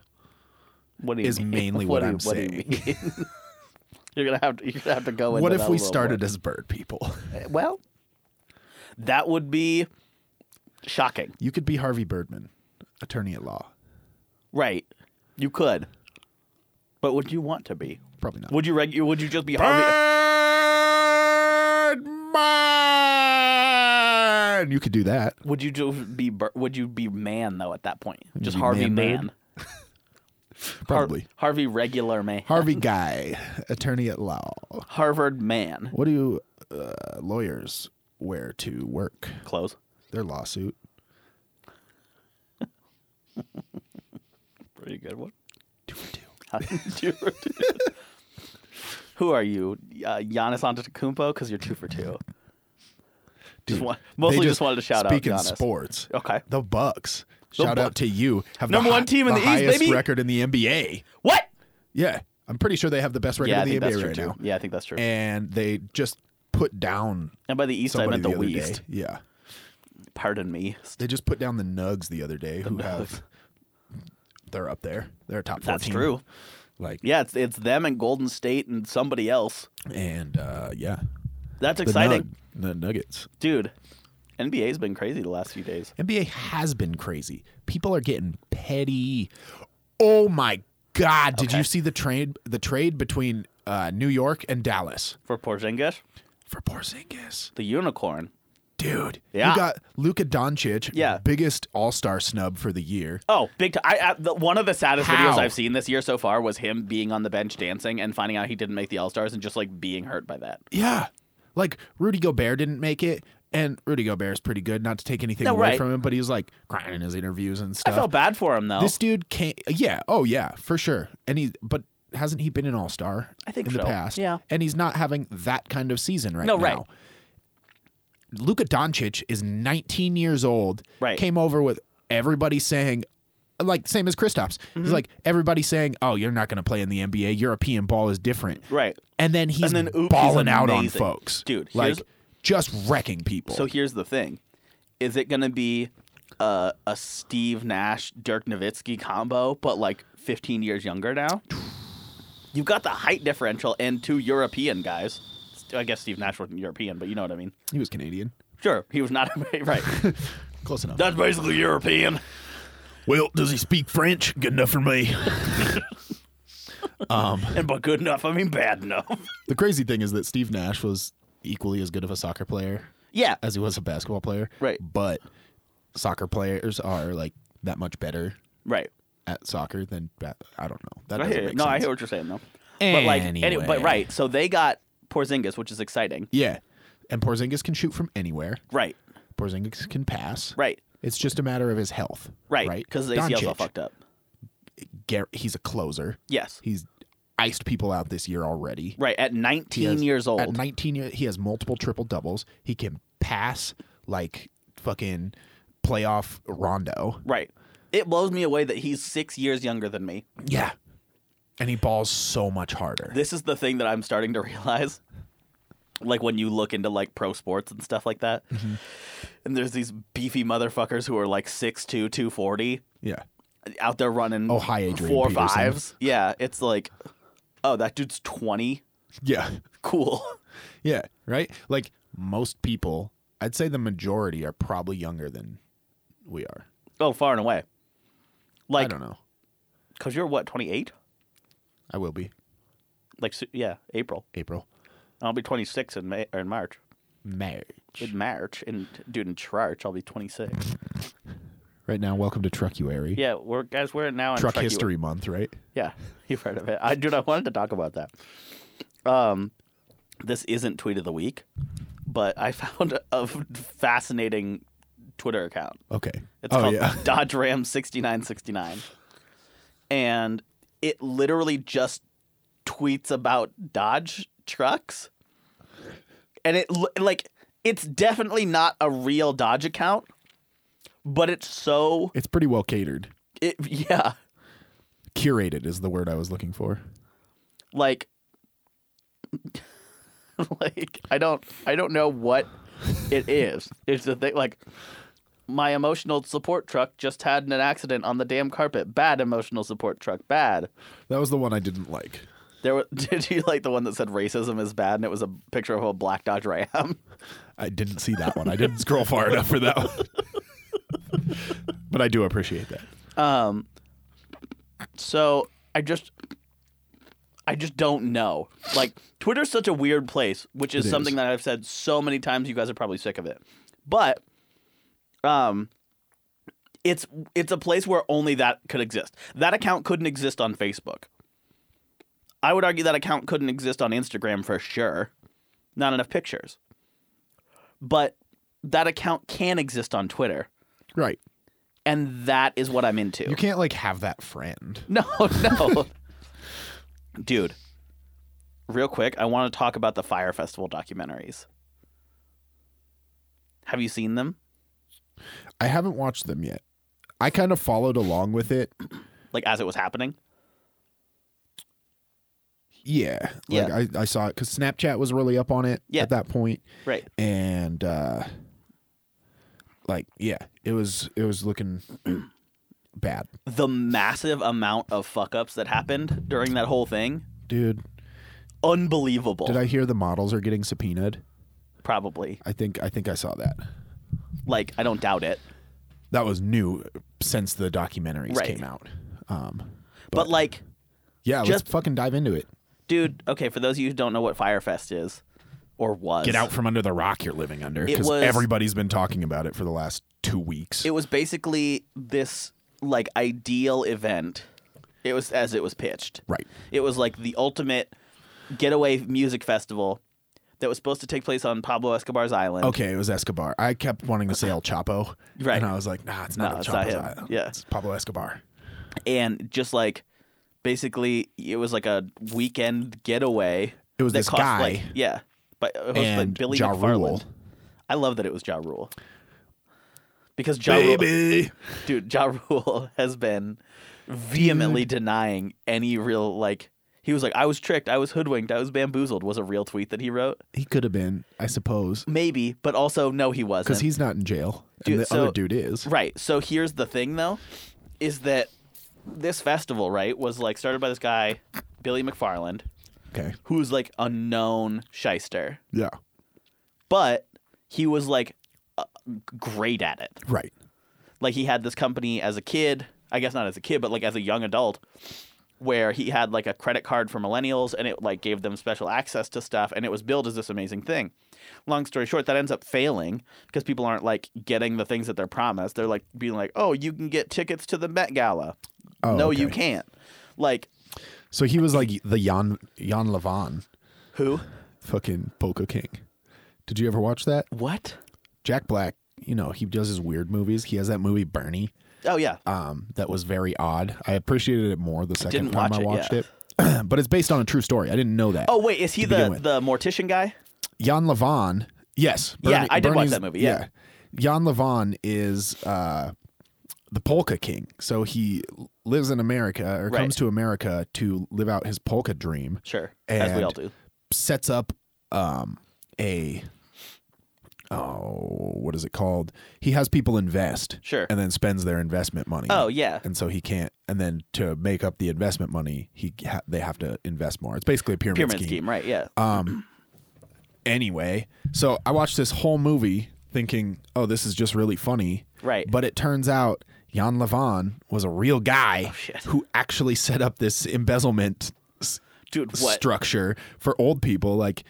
what do you is mean? mainly what, what do you- I'm what Do you mean? you're going to have to you're gonna have to go into What that if a we little started as bird people? more. Well, that would be shocking. You could be Harvey Birdman, attorney at law. Right. You could. But would you want to be? Probably not. Would you reg- would you just be Harvey? Birdman. You could do that. Would you just be Bur- would you be man though at that point? Just be Harvey man man. bird? Probably. Har- Harvey regular man. Harvey Guy, attorney at law. Harvard man. What do you, uh, lawyers wear to work? Close. Their lawsuit. Pretty good one. Two for two. Who are you? Uh, Giannis Antetokounmpo cuz you're 2 for 2. Dude, want- they mostly just wanted to shout out Speaking Giannis. sports, Okay. the Bucks. The shout Bu- out to you. Have Number the one team in the East, highest baby. record in the NBA. What? Yeah, I'm pretty sure they have the best record Yeah, I in the think that's NBA true right too. now. Yeah, I think that's true. And, And they just put down by the East I meant somebody the, other day. West. Yeah, Pardon me. they just put down the Nugs the other day, who Nugs. have they're up there. They're a top four That's team. true. Like Yeah, it's it's them and Golden State and somebody else. and uh, yeah, That's The exciting. Nug- the Nuggets. Dude, NBA's been crazy the last few days. NBA has been crazy. People are getting petty. Oh my God! Did Okay. you see the trade? The trade between uh, New York and Dallas For Porzingis, for Porzingis, the unicorn. dude. Yeah. You got Luka Doncic, Yeah. biggest All Star snub for the year. Oh, big time! I, I, the, one of the saddest videos How? I've seen this year so far was him being on the bench dancing and finding out he didn't make the All Stars and just like being hurt by that. Yeah, like Rudy Gobert didn't make it, and Rudy Gobert's pretty good. Not to take anything No, away right. from him, but he was like crying in his interviews and I stuff. felt bad for him though. This dude can't. Yeah. Oh yeah, for sure. And he, but hasn't he been an all star? I think in so. the past. Yeah. And he's not having that kind of season right No, now. right. Luka Doncic is 19 years old. Right. Came over with everybody saying. Like same as Kristaps, Mm-hmm. he's like everybody saying, "Oh, you're not going to play in the NBA. European ball is different." Right. and then he's then, oops, he's balling out on amazing. folks, Dude, Like here's- just wrecking people. So here's the thing: is it going to be uh, a Steve Nash Dirk Nowitzki combo, but like 15 years younger now? You've got the height differential and two European guys. I guess Steve Nash wasn't European, but you know what I mean. he was Canadian, Sure, he was not right. close enough. That's basically European. well, does he speak French? Good enough for me. And but good enough, I mean bad enough. The crazy thing is that Steve Nash was equally as good of a soccer player yeah. as he was a basketball player. Right. But soccer players are like that much better Right. at soccer than ba- I don't know. That I doesn't hear you. make No, I sense. hear what you're saying though. But like any, but Anyway. right, so they got Porzingis, which is exciting. Yeah. And Porzingis can shoot from anywhere. Right. Porzingis can pass. Right. It's just a matter of his health. Right. Right. Because the ACL's all fucked up. Gar- he's a closer. Yes. He's iced people out this year already. Right. At He 19 has- years old. At 19 years, he has multiple triple doubles. He can pass like fucking playoff Rondo. Right. It blows me away that he's six years younger than me. Yeah. And he balls so much harder. This is the thing that I'm starting to realize. Like when you look into like pro sports and stuff like that. Mm-hmm. And there's these beefy motherfuckers who are like 6'2, 240 yeah. out there running Oh, hi, Adrian four Peterson. fives. Yeah. It's like, oh, that dude's 20. Yeah. Cool. Yeah. Right? Like most people, I'd say the majority are probably younger than we are. Oh, far and away. I Like, don't know. because you're what, 28? I will be Like, so- yeah, April. April. I'll be 26 in May or in March. Marriage. In March. In, dude, in March, I'll be 26. Right now, welcome to Truckuary. Yeah, we're guys. We're now in Truck, Truckee- History Month, right? Yeah, you've heard of it. I dude, I wanted to talk about that. Um, this isn't tweet of the week, but I found a fascinating Twitter account. Okay. It's oh, called yeah. Dodge Ram sixty nine sixty nine, and it literally just tweets about Dodge trucks, and it l- like it's definitely not a real Dodge account, but it's so It's pretty well catered. it yeah. Curated is the word I was looking for. like like I don't I don't know what it is. It's the thing like my emotional support truck just had an accident on the damn carpet. Bad emotional support truck. Bad. That was the one I didn't like. There were, did you like the one that said racism is bad and it was a picture of a black Dodge Ram? I didn't see that one. I didn't scroll far enough for that one. but I do appreciate that. Um so I just I just don't know. Like Twitter's such a weird place, which is It is. something that I've said so many times you guys are probably sick of it. But um it's it's a place where only that could exist. That account couldn't exist on Facebook. I would argue that account couldn't exist on Instagram for sure. Not enough pictures. But that account can exist on Twitter, Right. and that is what I'm into. You can't like have that friend. No, no. Dude, real quick, I want to talk about the Fire Festival documentaries. Have you seen them? I haven't watched them yet. I kind of followed along with it. Like as it was happening? Yeah. Yeah. Like I, I saw it because Snapchat was really up on it Yeah. at that point. Right. And uh like yeah, it was it was looking bad. The massive amount of fuck ups that happened during that whole thing. Dude. Unbelievable. Did I hear the models are getting subpoenaed? Probably. I think I think I saw that. Like, I don't doubt it. That was new since the documentaries Right. came out. Um, But, like, yeah, just- let's fucking dive into it. dude, okay, for those of you who don't know what Firefest is or was, Get out from under the rock you're living under It because was- everybody's been talking about it for the last two weeks. It was basically this like ideal event. It was as it was pitched. right. It was like the ultimate getaway music festival that was supposed to take place on Pablo Escobar's island. Okay, it was Escobar. I kept wanting to say El Chapo. Right. And I was like, nah, it's not No, El it's not Chapo's him. island. Yeah. It's Pablo Escobar. And just like basically it was like a weekend getaway. It was that this cost, guy like, yeah. But it was and like Billy Ja Rule. McFarland. I love that it was Ja Rule. Because Ja Rule, Baby. dude, Ja Rule has been vehemently denying any real like he was like, I was tricked, I was hoodwinked, I was bamboozled was a real tweet that he wrote. He could have been, I suppose, Maybe, but also no he wasn't. because he's not in jail. Dude, and the so- other dude is. Right. So here's the thing though, is that this festival, right, was like started by this guy, Billy McFarland, Okay. who's like a known shyster. Yeah. But he was like uh, great at it. Right. like he had this company as a kid i guess not as a kid but like as a young adult where he had like a credit card for millennials and it like gave them special access to stuff and it was billed as this amazing thing long story short that ends up failing because people aren't like getting the things that they're promised they're like being like oh you can get tickets to the met gala Oh, no you okay. can't like So he was like the Jan Jan Levon, who fucking Polka King. Did you ever watch that? what Jack Black, you know, he does his weird movies. He has that movie Bernie, oh yeah um, that was very odd. I appreciated it more the 2nd didn't time watch I it, watched yeah. it. but it's based on a true story. I didn't know that. oh wait is he to begin the with. the mortician guy Jan Levon. Yes. Yeah, I did watch Bernie's- that movie, yeah. Jan Levon is uh, the polka king. So he lives in America or Right. comes to America to live out his polka dream. sure as we And- all do Sets up um, a oh, what is it called? He has people invest. Sure. And then spends their investment money. oh yeah And so he can't. And then to make up the investment money, he ha- they have to invest more. It's basically a pyramid, pyramid scheme right yeah Uh, anyway. So I watched this whole movie thinking, oh, this is just really funny. Right. But it turns out Jan Levon was a real guy Oh, shit. who actually set up this embezzlement s- dude what structure for old people. Like,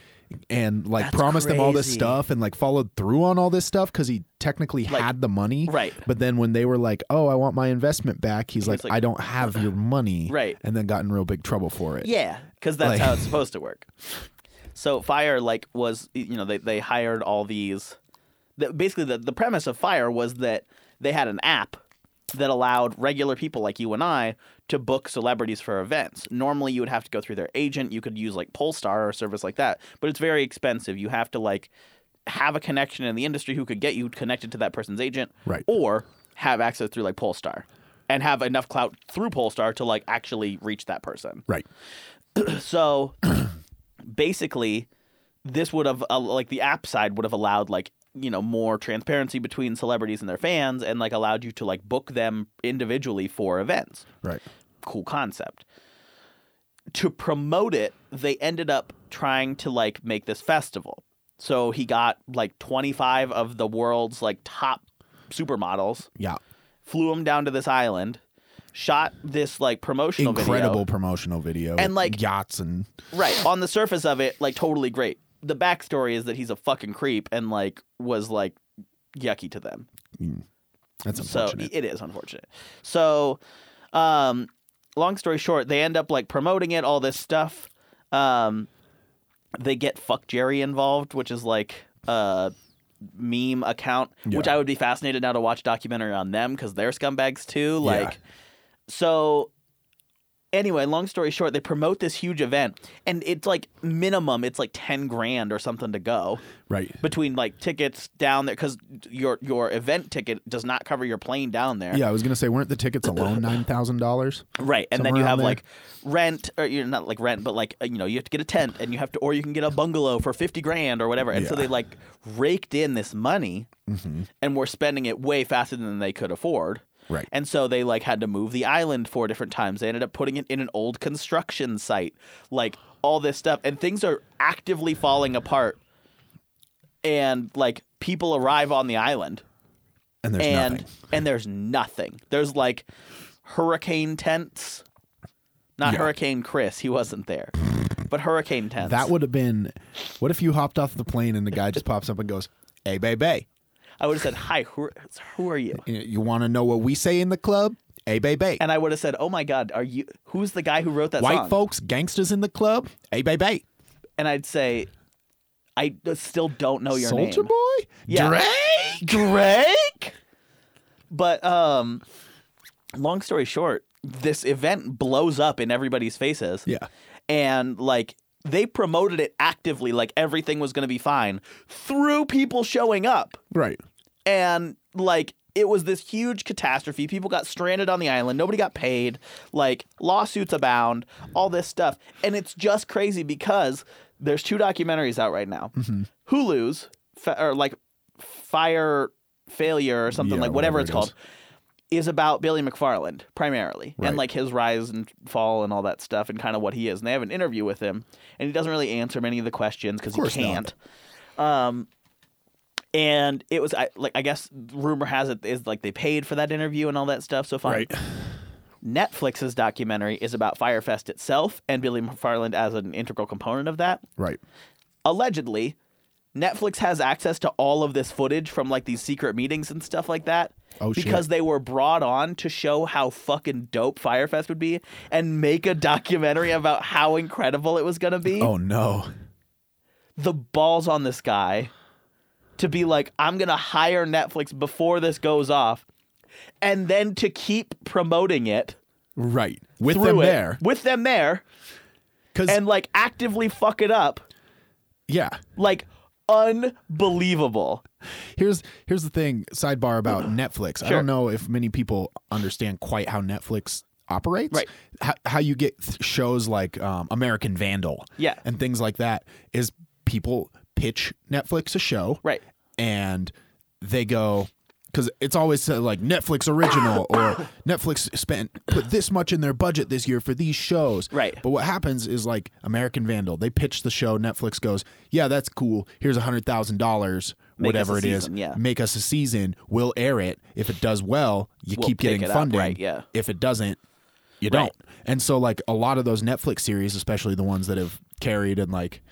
and like That's promised them all this crazy. stuff and like followed through on all this stuff because he technically Like- had the money. right. But then when they were like, oh, I want my investment back, he's like, like, I don't have your money. Right. And then got in real big trouble for it. Yeah, because that's Like- how it's supposed to work. So fire like was you know they they hired all these. The, basically, the the premise of fire was that they had an app that allowed regular people like you and I to book celebrities for events. Normally, you would have to go through their agent. You could use like Polestar or a service like that, but it's very expensive. You have to like have a connection in the industry who could get you connected to that person's agent, Right. Or have access through like Polestar and have enough clout through Polestar to like actually reach that person. Right. So basically, this would have uh, like the app side would have allowed like you know more transparency between celebrities and their fans, and like allowed you to like book them individually for events. Right. Cool concept. To promote it, they ended up trying to like make this festival. So he got like 25 of the world's like top supermodels, Yeah. flew them down to this island, shot this like promotional video. incredible promotional video And, like- yachts and Right. On the surface of it, like totally great. The backstory is that he's a fucking creep and like was like yucky to them. mm, that's So unfortunate. it is unfortunate. So um long story short, they end up like promoting it, all this stuff. Um they get fuck Jerry involved, which is like a meme account, which Yeah. I would be fascinated now to watch documentary on them because they're scumbags too. Like Yeah. so anyway, long story short, they promote this huge event and it's like minimum it's like 10 grand or something to go right. between like tickets down there cuz your your event ticket does not cover your plane down there. Yeah, I was gonna say, weren't the tickets alone nine thousand dollars? Right. And then Somewhere you around have there. like rent or you're not like rent but like uh, you know, you have to get a tent and you have to or you can get a bungalow for 50 grand or whatever. And so Yeah. Mm-hmm. they like raked in this money and were spending it way faster than they could afford. Right. And so they like had to move the island four different times. They ended up putting it in an old construction site, like all this stuff. And things are actively falling apart. And like people arrive on the island And there's and nothing. and there's nothing. There's like hurricane tents. Not Yeah. Hurricane Chris, he wasn't there. But hurricane tents. That would have been. What if you hopped off the plane and the guy just pops up and goes, "Hey, bay, bay, I would have said, "Hi, who are, who are you?" you- you want to know what we say in the club? Hey, bay, bay. And I would have said, "Oh my God, are you? Who's the guy who wrote that White song?" folks, gangsters in the club. Hey, bay, bay. And I'd say, "I still don't know Oh, your Soldier name." boy. Yeah. Drake. Drake. But um, long story short, this event blows up in everybody's faces. Yeah. and like they promoted it actively, like everything was going to be fine through people showing up, Right. and like it was this huge catastrophe. People got stranded on the island. Nobody got paid. Like lawsuits abound. All this stuff, and it's just crazy because there's two documentaries out right now. Mm-hmm. Hulu's fa- or like fire failure or something Yeah, like whatever, whatever it's it called is about Billy McFarland primarily Right. and like his rise and fall and all that stuff and kind of what he is. And they have an interview with him and he doesn't really answer many of the questions because he course not. can't. Um, and it was I, like I guess rumor has it is like they paid for that interview and all that stuff. So fine. Right. Netflix's documentary is about Firefest itself and Billy McFarland as an integral component of that Right. allegedly Netflix has access to all of this footage from like these secret meetings and stuff like that. Oh, shit. because they were brought on to show how fucking dope Firefest would be and make a documentary about how incredible it was gonna be. Oh no. The balls on this guy to be like, I'm gonna hire Netflix before this goes off, and then to keep promoting it Right. With through them it there. with them there Because and like actively fuck it up, yeah. like unbelievable. Here's here's the thing. Sidebar about Netflix. I Sure. don't know if many people understand quite how Netflix operates. Right. How, how you get th- shows like um, American Vandal. Yeah. And things like that is people pitch Netflix a show. Right. And they go because it's always uh, like Netflix original or Netflix spent put this much in their budget this year for these shows. Right. But what happens is like American Vandal, they pitch the show. Netflix goes, "Yeah, that's cool. Here's a hundred thousand dollars, Make whatever us it a is. season, yeah. Make us a season. We'll air it. If it does well, you We'll keep pick getting it up, funding. right, yeah. If it doesn't, you Right. don't. And so like a lot of those Netflix series, especially the ones that have carried and like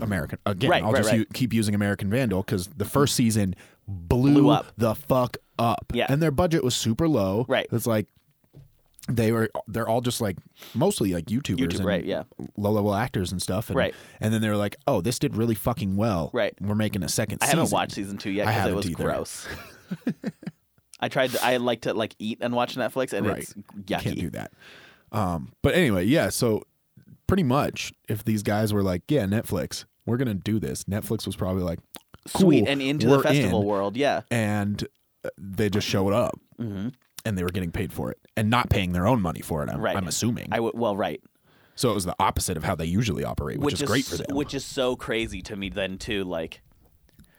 American again, Right, I'll right, just right. u- keep using American Vandal because the first season blew, Blew up. the fuck up. Yeah. And their budget was super low. Right. It's like they were they're all just like mostly like YouTubers YouTube, and right, yeah. low level actors and stuff. And, Right. And then they were like, oh, this did really fucking well. Right. We're making a second I season. haven't watched season two yet I because it haven't was either. gross. I tried. To, I like to like eat and watch Netflix, and Right. it's You can't do yucky. that. Um, but anyway, yeah. So pretty much, if these guys were like, "Yeah, Netflix, we're gonna do this," Netflix was probably like, cool, Sweet and into the we're festival in. world, yeah. and uh, they just showed up, Mm-hmm. and they were getting paid for it, and not paying their own money for it. I'm, Right. I'm assuming. I would well, right, so it was the opposite of how they usually operate, which, is, great for so- them. Which is so crazy to me then too, like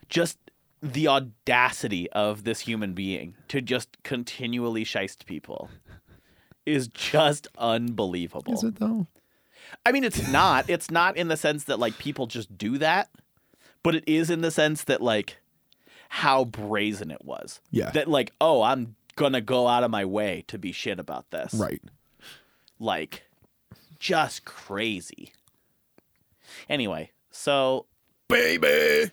just the audacity of this human being to just continually shyst people is just unbelievable. is it though? I mean, it's not. It's not in the sense that like people just do that, but it is in the sense that like how brazen it was. Yeah. That like, oh, I'm gonna go out of my way to be shit about this. Right. Like, just crazy. Anyway, so Baby.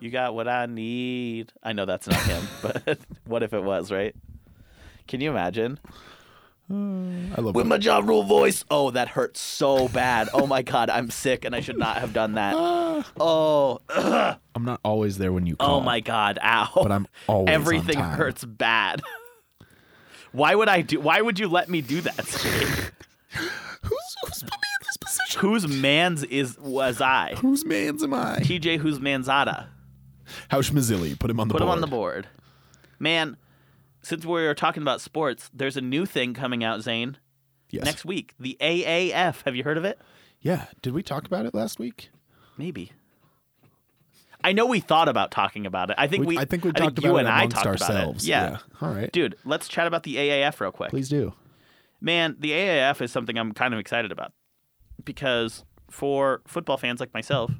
you got what I need. I know that's not him, but what if it was, right? Can you imagine? I love With my Ja Rule voice. Oh, that hurts so bad. Oh my god, I'm sick and I should not have done that. Oh, I'm not always there when you call. Oh my god, ow. But I'm always on Everything time. hurts bad. Why would I do why would you let me do that? Steve? Who's, who's put me in this position? whose man's is was I? Whose man's am I? TJ whose manzada. How Schmazilli. Put him on the Put board. him on the board. Man, since we were talking about sports, there's a new thing coming out, Zane, Yes. next week. The AAF. Have you heard of it? Yeah. Did we talk about it last week? Maybe. I know we thought about talking about it. I think we I think we talked about you it and I amongst talked about it. ourselves. Yeah. All right. Dude, let's chat about the AAF real quick. Please do. man, the AAF is something I'm kind of excited about because for football fans like myself,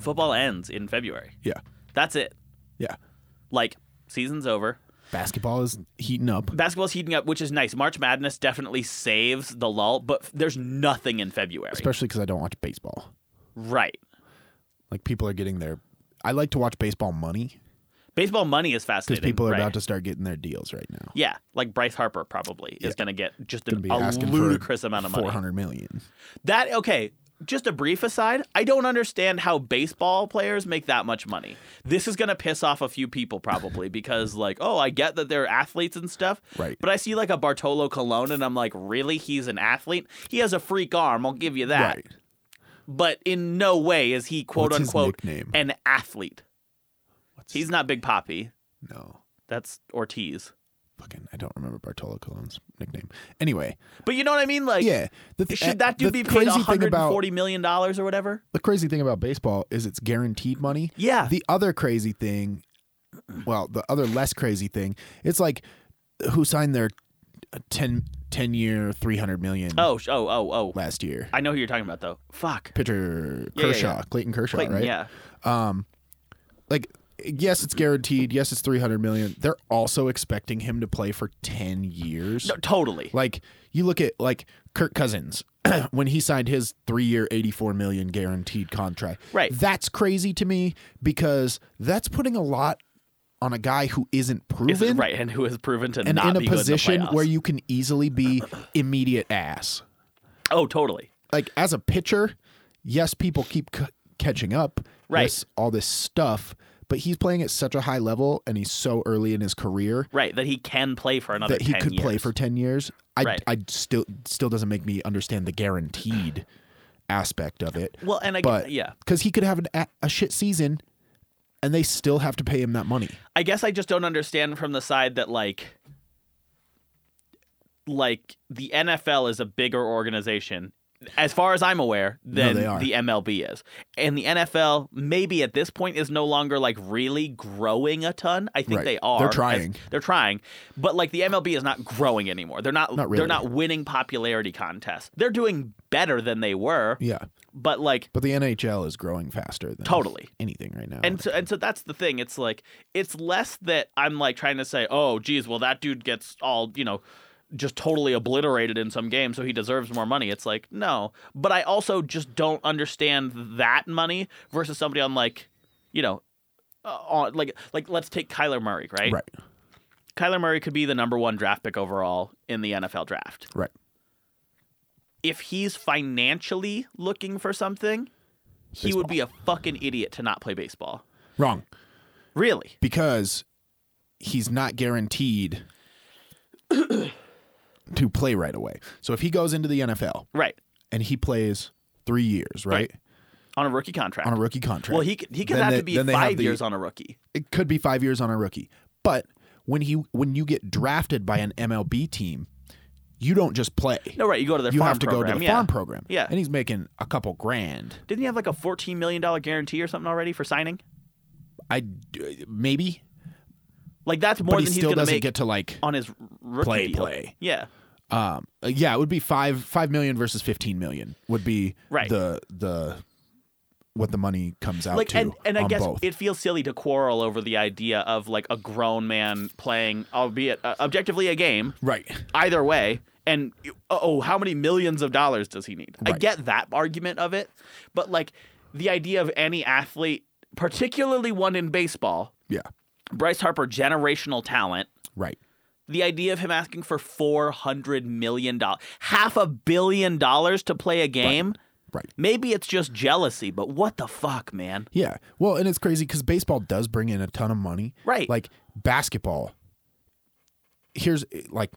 football ends in February. Yeah. That's it. Yeah. Like Season's over. Basketball is heating up. Basketball's heating up, which is nice. March Madness definitely saves the lull, but f- there's nothing in February. Especially because I don't watch baseball. Right. Like people are getting their. I like to watch baseball money Baseball money is because fascinating. people are right? about to start getting their deals right now. Yeah, like Bryce Harper probably is going to get just Gonna an, be a asking ludicrous for amount of Four money. hundred million. That okay. Just a brief aside, I don't understand how baseball players make that much money. This is going to piss off a few people probably because like, oh, I get that they're athletes and stuff. Right. But I see like a Bartolo Colon and I'm like, really? He's an athlete? He has a freak arm, I'll give you that. Right. But in no way is he quote What's his unquote nickname? an athlete. He's not Big Poppy. No, That's Ortiz. fucking, I don't remember Bartolo Colon's nickname. Anyway, But you know what I mean? Like yeah, the th- Should that dude the be paid crazy thing 140 about- million dollars or whatever? the crazy thing about baseball is it's guaranteed money. Yeah. The other crazy thing, well, the other less crazy thing, it's like who signed their uh, 10, 10 year, 300 million Oh, sh- oh, oh, oh. last year. I know who you're talking about though. Fuck. Pitcher Yeah, yeah, Kershaw, yeah. Clayton Kershaw, Clayton, right? Yeah. Like, yes, it's guaranteed. Yes, it's 300 million. They're also expecting him to play for 10 years. No, totally. Like you look at like Kirk Cousins when he signed his three-year, eighty-four million guaranteed contract. Right. That's crazy to me because that's putting a lot on a guy who isn't Is proven it right? And who has proven to and not in a be position good in the playoffs. where you can easily be immediate ass. Oh, totally. Like as a pitcher, yes, people keep c- catching up. Right. Yes, all this stuff. But he's playing at such a high level, and he's so early in his career Right, that he can play for another. that he 10 could play years. for 10 years I, Right. I still still doesn't make me understand the guaranteed aspect of it Well, and I but yeah, because he could have an, a, a shit season and they still have to pay him that money I guess I just don't understand from the side that like like the NFL is a bigger organization as far as I'm aware than they are. the MLB is. And the NFL maybe at this point is no longer like really growing a ton. I think Right. they They're are. as- trying. they're trying. But like the MLB is not growing anymore. They're not, Not they're really. not winning popularity contests. They're doing better than they were, yeah but like but the nhl is growing faster than Totally. anything right now and so and so that's the thing. It's like it's less that I'm like trying to say, oh, geez, well that dude gets all you know, just totally obliterated in some game, so he deserves more money. It's like no, but I also just don't understand that money versus somebody on like, you know, uh, on like like let's take Kyler Murray, right? right Kyler Murray could be the number one draft pick overall in the NFL draft right if he's financially looking for something. He would be a fucking idiot to not play baseball. wrong Really? because he's not guaranteed to play right away so if he goes into the nfl Right. and he plays three years right, Right. on a rookie contract. on a rookie contract well, he could, he could Then have they- to be then they have five the- years on a rookie. it could be five years on a rookie. But when he when you get drafted by an MLB team, you don't just play. No, right. You go to their you farm have to program. go to the yeah. farm program. Yeah. and he's making a couple grand. Didn't he have like a fourteen million dollar guarantee or something already for signing? I maybe, Like that's more but he than still he's gonna doesn't make get to like. on his rookie play, deal. play. Yeah, Um, yeah, it would be five five million versus fifteen million would be Right. the the what the money comes out like to and, and I on guess both. it feels silly to quarrel over the idea of like a grown man playing, albeit uh, objectively a game, right. either way and oh how many millions of dollars does he need i Right. get that argument of it but like the idea of any athlete particularly one in baseball Yeah. bryce harper generational talent Right. the idea of him asking for 400 million dollars half a billion dollars to play a game Right. maybe it's just jealousy but what the fuck man Yeah. Well, and it's crazy because baseball does bring in a ton of money. Right. Like basketball. Here's eh, like,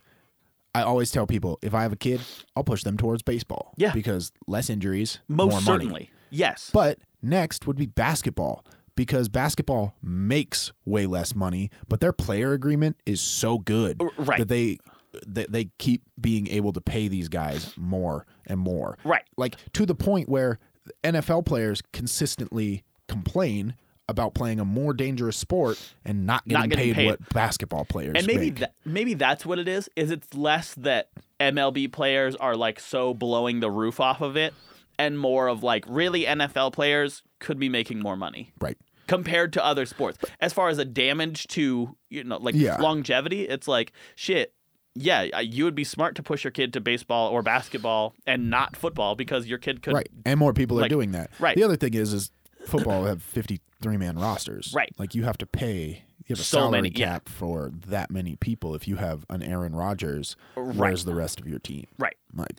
I always tell people if I have a kid, I'll push them towards baseball. Yeah. Because less injuries, most more certainly Money. yes But next would be basketball because basketball makes way less money, but their player agreement is so good R- right. that they that they keep being able to pay these guys more and more. Right. Like to the point where NFL players consistently complain about playing a more dangerous sport and not Not getting, getting paid. what basketball players and maybe make. tha- maybe that's what it is. Is it's less that MLB players are like so blowing the roof off of it, and more of like really NFL players could be making more money right. compared to other sports. As far as a damage to you know like Yeah. longevity, it's like shit. Yeah, I- you would be smart to push your kid to baseball or basketball and not football because your kid could. right. And more people are like- doing that. right. The other thing is, is football have fifty three man rosters. Right. Like you have to pay. You have a So salary many- yeah. cap for that many people. If you have an Aaron Rodgers, where's the rest of your team? Right. Like,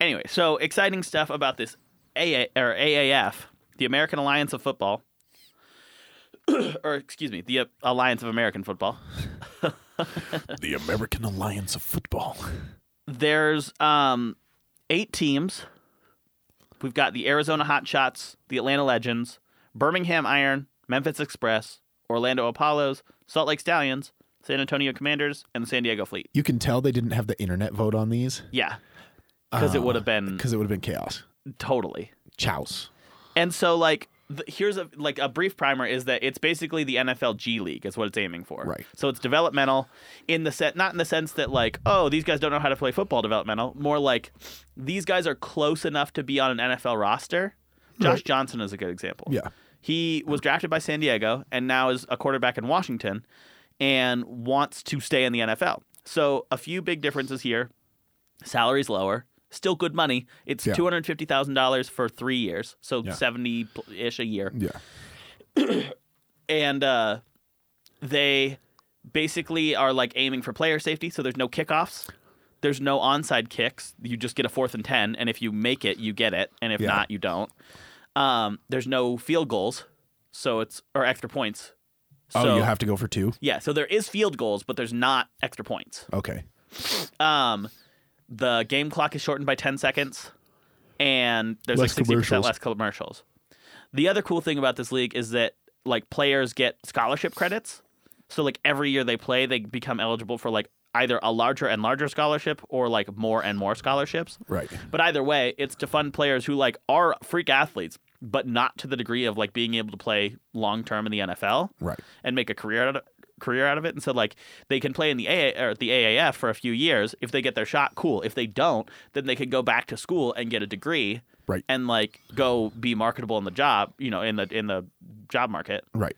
Anyway, so exciting stuff about this AA or AAF, the American Alliance of Football, or excuse me, the uh, Alliance of American Football. the American Alliance of Football. There's um, eight teams. We've got the Arizona Hotshots, the Atlanta Legends, Birmingham Iron, Memphis Express, Orlando Apollos, Salt Lake Stallions, San Antonio Commanders, and the San Diego Fleet. You can tell they didn't have the internet vote on these Yeah, because it Uh, would have been because it would have been chaos. totally. Chouse. And so like th here's a like a brief primer is that it's basically the NFL G League is what it's aiming for. Right. So it's developmental in the set not in the sense that like oh these guys don't know how to play football developmental more like these guys are close enough to be on an NFL roster. Josh Johnson is a good example. Yeah. He was drafted by San Diego and now is a quarterback in Washington and wants to stay in the NFL. So a few big differences here. Salary's lower, still good money. It's Yeah. two hundred fifty thousand dollars for three years, so Yeah. seventy ish a year, Yeah. and uh, they basically are like aiming for player safety. So there's no kickoffs, there's no onside kicks. You just get a fourth and ten, and if you make it, you get it, and if Yeah. not, you don't. Um, there's no field goals, so it's or extra points. Oh, so, you have to go for two. yeah. So there is field goals, but there's not extra points. Okay. Um, the game clock is shortened by ten seconds, and there's Less like sixty percent commercials. less commercials. The other cool thing about this league is that like players get scholarship credits, so like every year they play, they become eligible for like either a larger and larger scholarship or like more and more scholarships. Right. But either way, it's to fund players who like are freak athletes, but not to the degree of like being able to play long term in the NFL Right. and make a career out of, career out of it. And so like they can play in the AA or the AAF for a few years. If they get their shot, cool. If they don't, then they can go back to school and get a degree Right. and like go be marketable in the job, you know, in the in the job market. Right.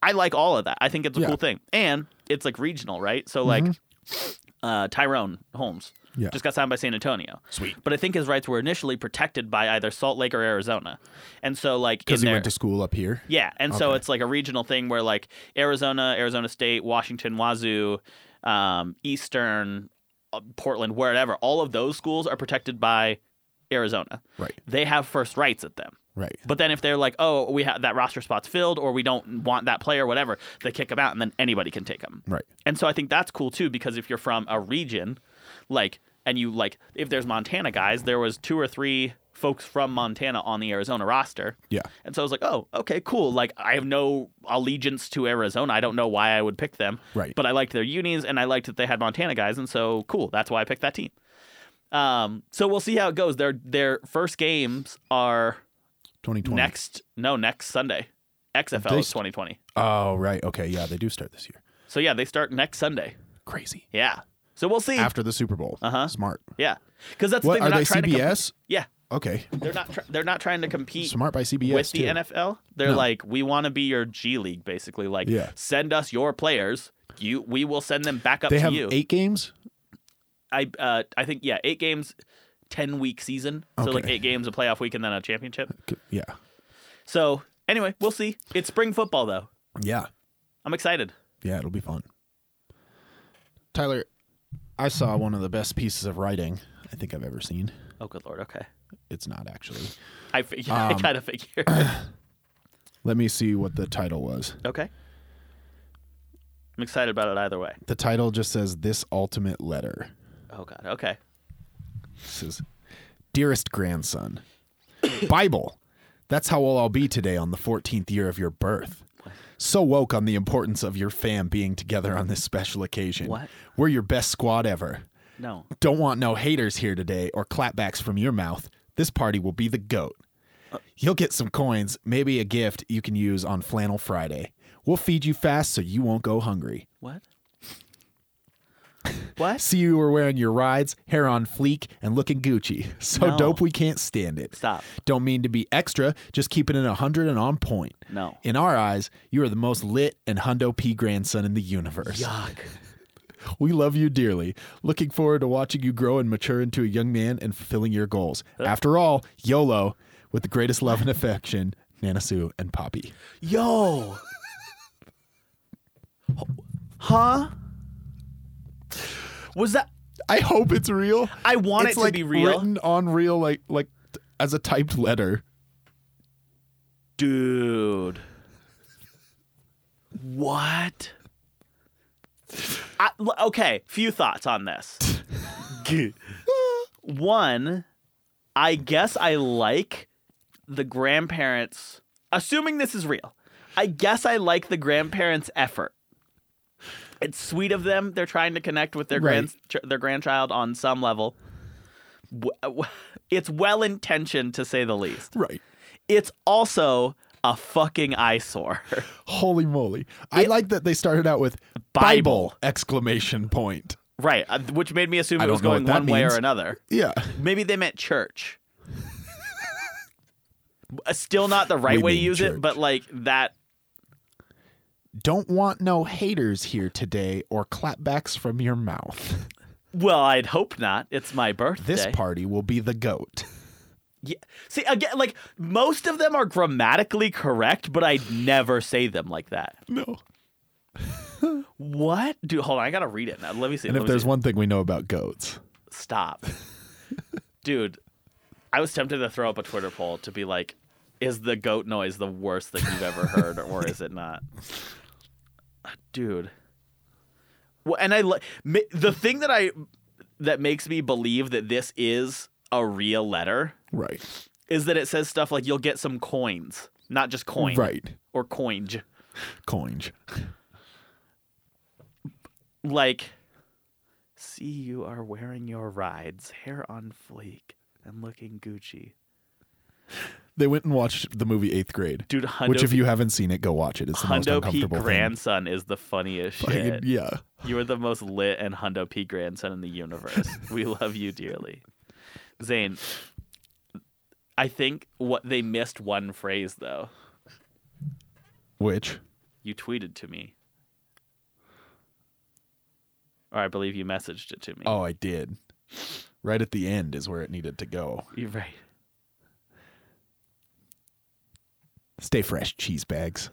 I like all of that. I think it's a Yeah. cool thing. And it's like regional, right? So like uh, Tyrone Holmes Mm-hmm. Yeah. just got signed by San Antonio. Sweet. But I think his rights were initially protected by either Salt Lake or Arizona. And so like in Because he their- went to school up here. yeah, and so Okay. it's like a regional thing where like Arizona, Arizona State, Washington, Wazoo, um, Eastern, uh, Portland, wherever, all of those schools are protected by Arizona. Right. They have first rights at them. Right. But then if they're like, oh, we have that roster spot's filled, or we don't want that player, whatever, they kick them out, and then anybody can take them. Right. And so I think that's cool too because if you're from a region, like, and you like, if there's Montana guys, there was two or three folks from Montana on the Arizona roster. Yeah. And so I was like, oh, okay, cool. Like, I have no allegiance to Arizona. I don't know why I would pick them. Right. But I liked their unis and I liked that they had Montana guys. And so, cool. That's why I picked that team. Um, so we'll see how it goes. Their their first games are 2020. next, no, next Sunday. XFL They is st- 2020. Oh, right. Okay. Yeah, they do start this year. So, yeah, they start next Sunday. Crazy. Yeah. So we'll see. After the Super Bowl. Uh-huh. Smart. Yeah, because that's the What thing. are They're not they trying To comp- CBS? yeah, okay. they're not. Tr- they're not trying to compete Smart by CBS with the too. NFL. They're No. like, we want to be your G League, basically. Like, Yeah. send us your players. You, we will send them back up They to have you. eight games. I, uh, I think yeah, eight games, ten week season. So like Okay. eight games, a playoff week, and then a championship. K- Yeah. So anyway, we'll see. It's spring football though. Yeah. I'm excited. Yeah. It'll be fun. Tyler, I saw one of the best pieces of writing I think I've ever seen. Oh good lord. Okay. It's not actually. I fig- I Um, kind of figure. Let me see what the title was. okay. I'm excited about it either way. The title just says "This Ultimate Letter." Oh god. Okay. This is "Dearest Grandson." Bible. That's how we'll all be today on the 14th year of your birth. So woke on the importance of your fam being together on this special occasion. What? We're your best squad ever. No. Don't want no haters here today or clapbacks from your mouth. This party will be the goat. You'll get some coins, maybe a gift you can use on Flannel Friday. We'll feed you fast so you won't go hungry. What? What? See you were wearing your rides, hair on fleek, and looking Gucci. So No. dope we can't stand it. Stop. Don't mean to be extra, just keeping it 100 and on point. No. In our eyes, you are the most lit and hundo P grandson in the universe. Yuck. We love you dearly. Looking forward to watching you grow and mature into a young man and fulfilling your goals. Uh. After all, YOLO, with the greatest love and affection, Nana Sue and Poppy. Yo. huh? Was that? I hope it's real. I want it's it to like be real, Written on real, like like t- as a typed letter. dude. What? I, l- okay, few thoughts on this. One, I guess I like the grandparents. Assuming this is real, I guess I like the grandparents' effort. It's sweet of them. They're trying to connect with their Right. grand their grandchild on some level. W- w- It's well intentioned to say the least. Right. It's also a fucking eyesore. Holy moly! I like that they started out with Bible. Bible exclamation point. right, uh, which made me assume I it was don't know going what that one way or means. another. Yeah. Maybe they meant church. Uh, Still not the right We way to mean use it, church. but like that. Don't want no haters here today or clapbacks from your mouth. Well, I'd hope not. It's my birthday. This party will be the goat. Yeah. See, again, like most of them are grammatically correct, but I'd never say them like that. No. What? Dude, hold on. I got to read it now. Let me see. And Let if me there's see. one thing we know about goats, Stop. Dude, I was tempted to throw up a Twitter poll to be like, is the goat noise the worst thing you've ever heard, or is it not? Uh, Dude. Well, and I li- ma- the thing that I that makes me believe that this is a real letter right, is that it says stuff like you'll get some coins, not just coin, right, Or coinge. coinge. like see you are wearing your rides hair on fleek and looking gucci They went and watched the movie Eighth Grade, dude hundo, which if you haven't seen it, go watch it. It's the hundo most p uncomfortable thing. grandson is the funniest Fucking- shit yeah, you are the most lit and hundo p grandson in the universe we love you dearly zane i think what they missed one phrase though which you tweeted to me or i believe you messaged it to me oh, I did. Right at the end is where it needed to go. you're right Stay fresh, cheese bags.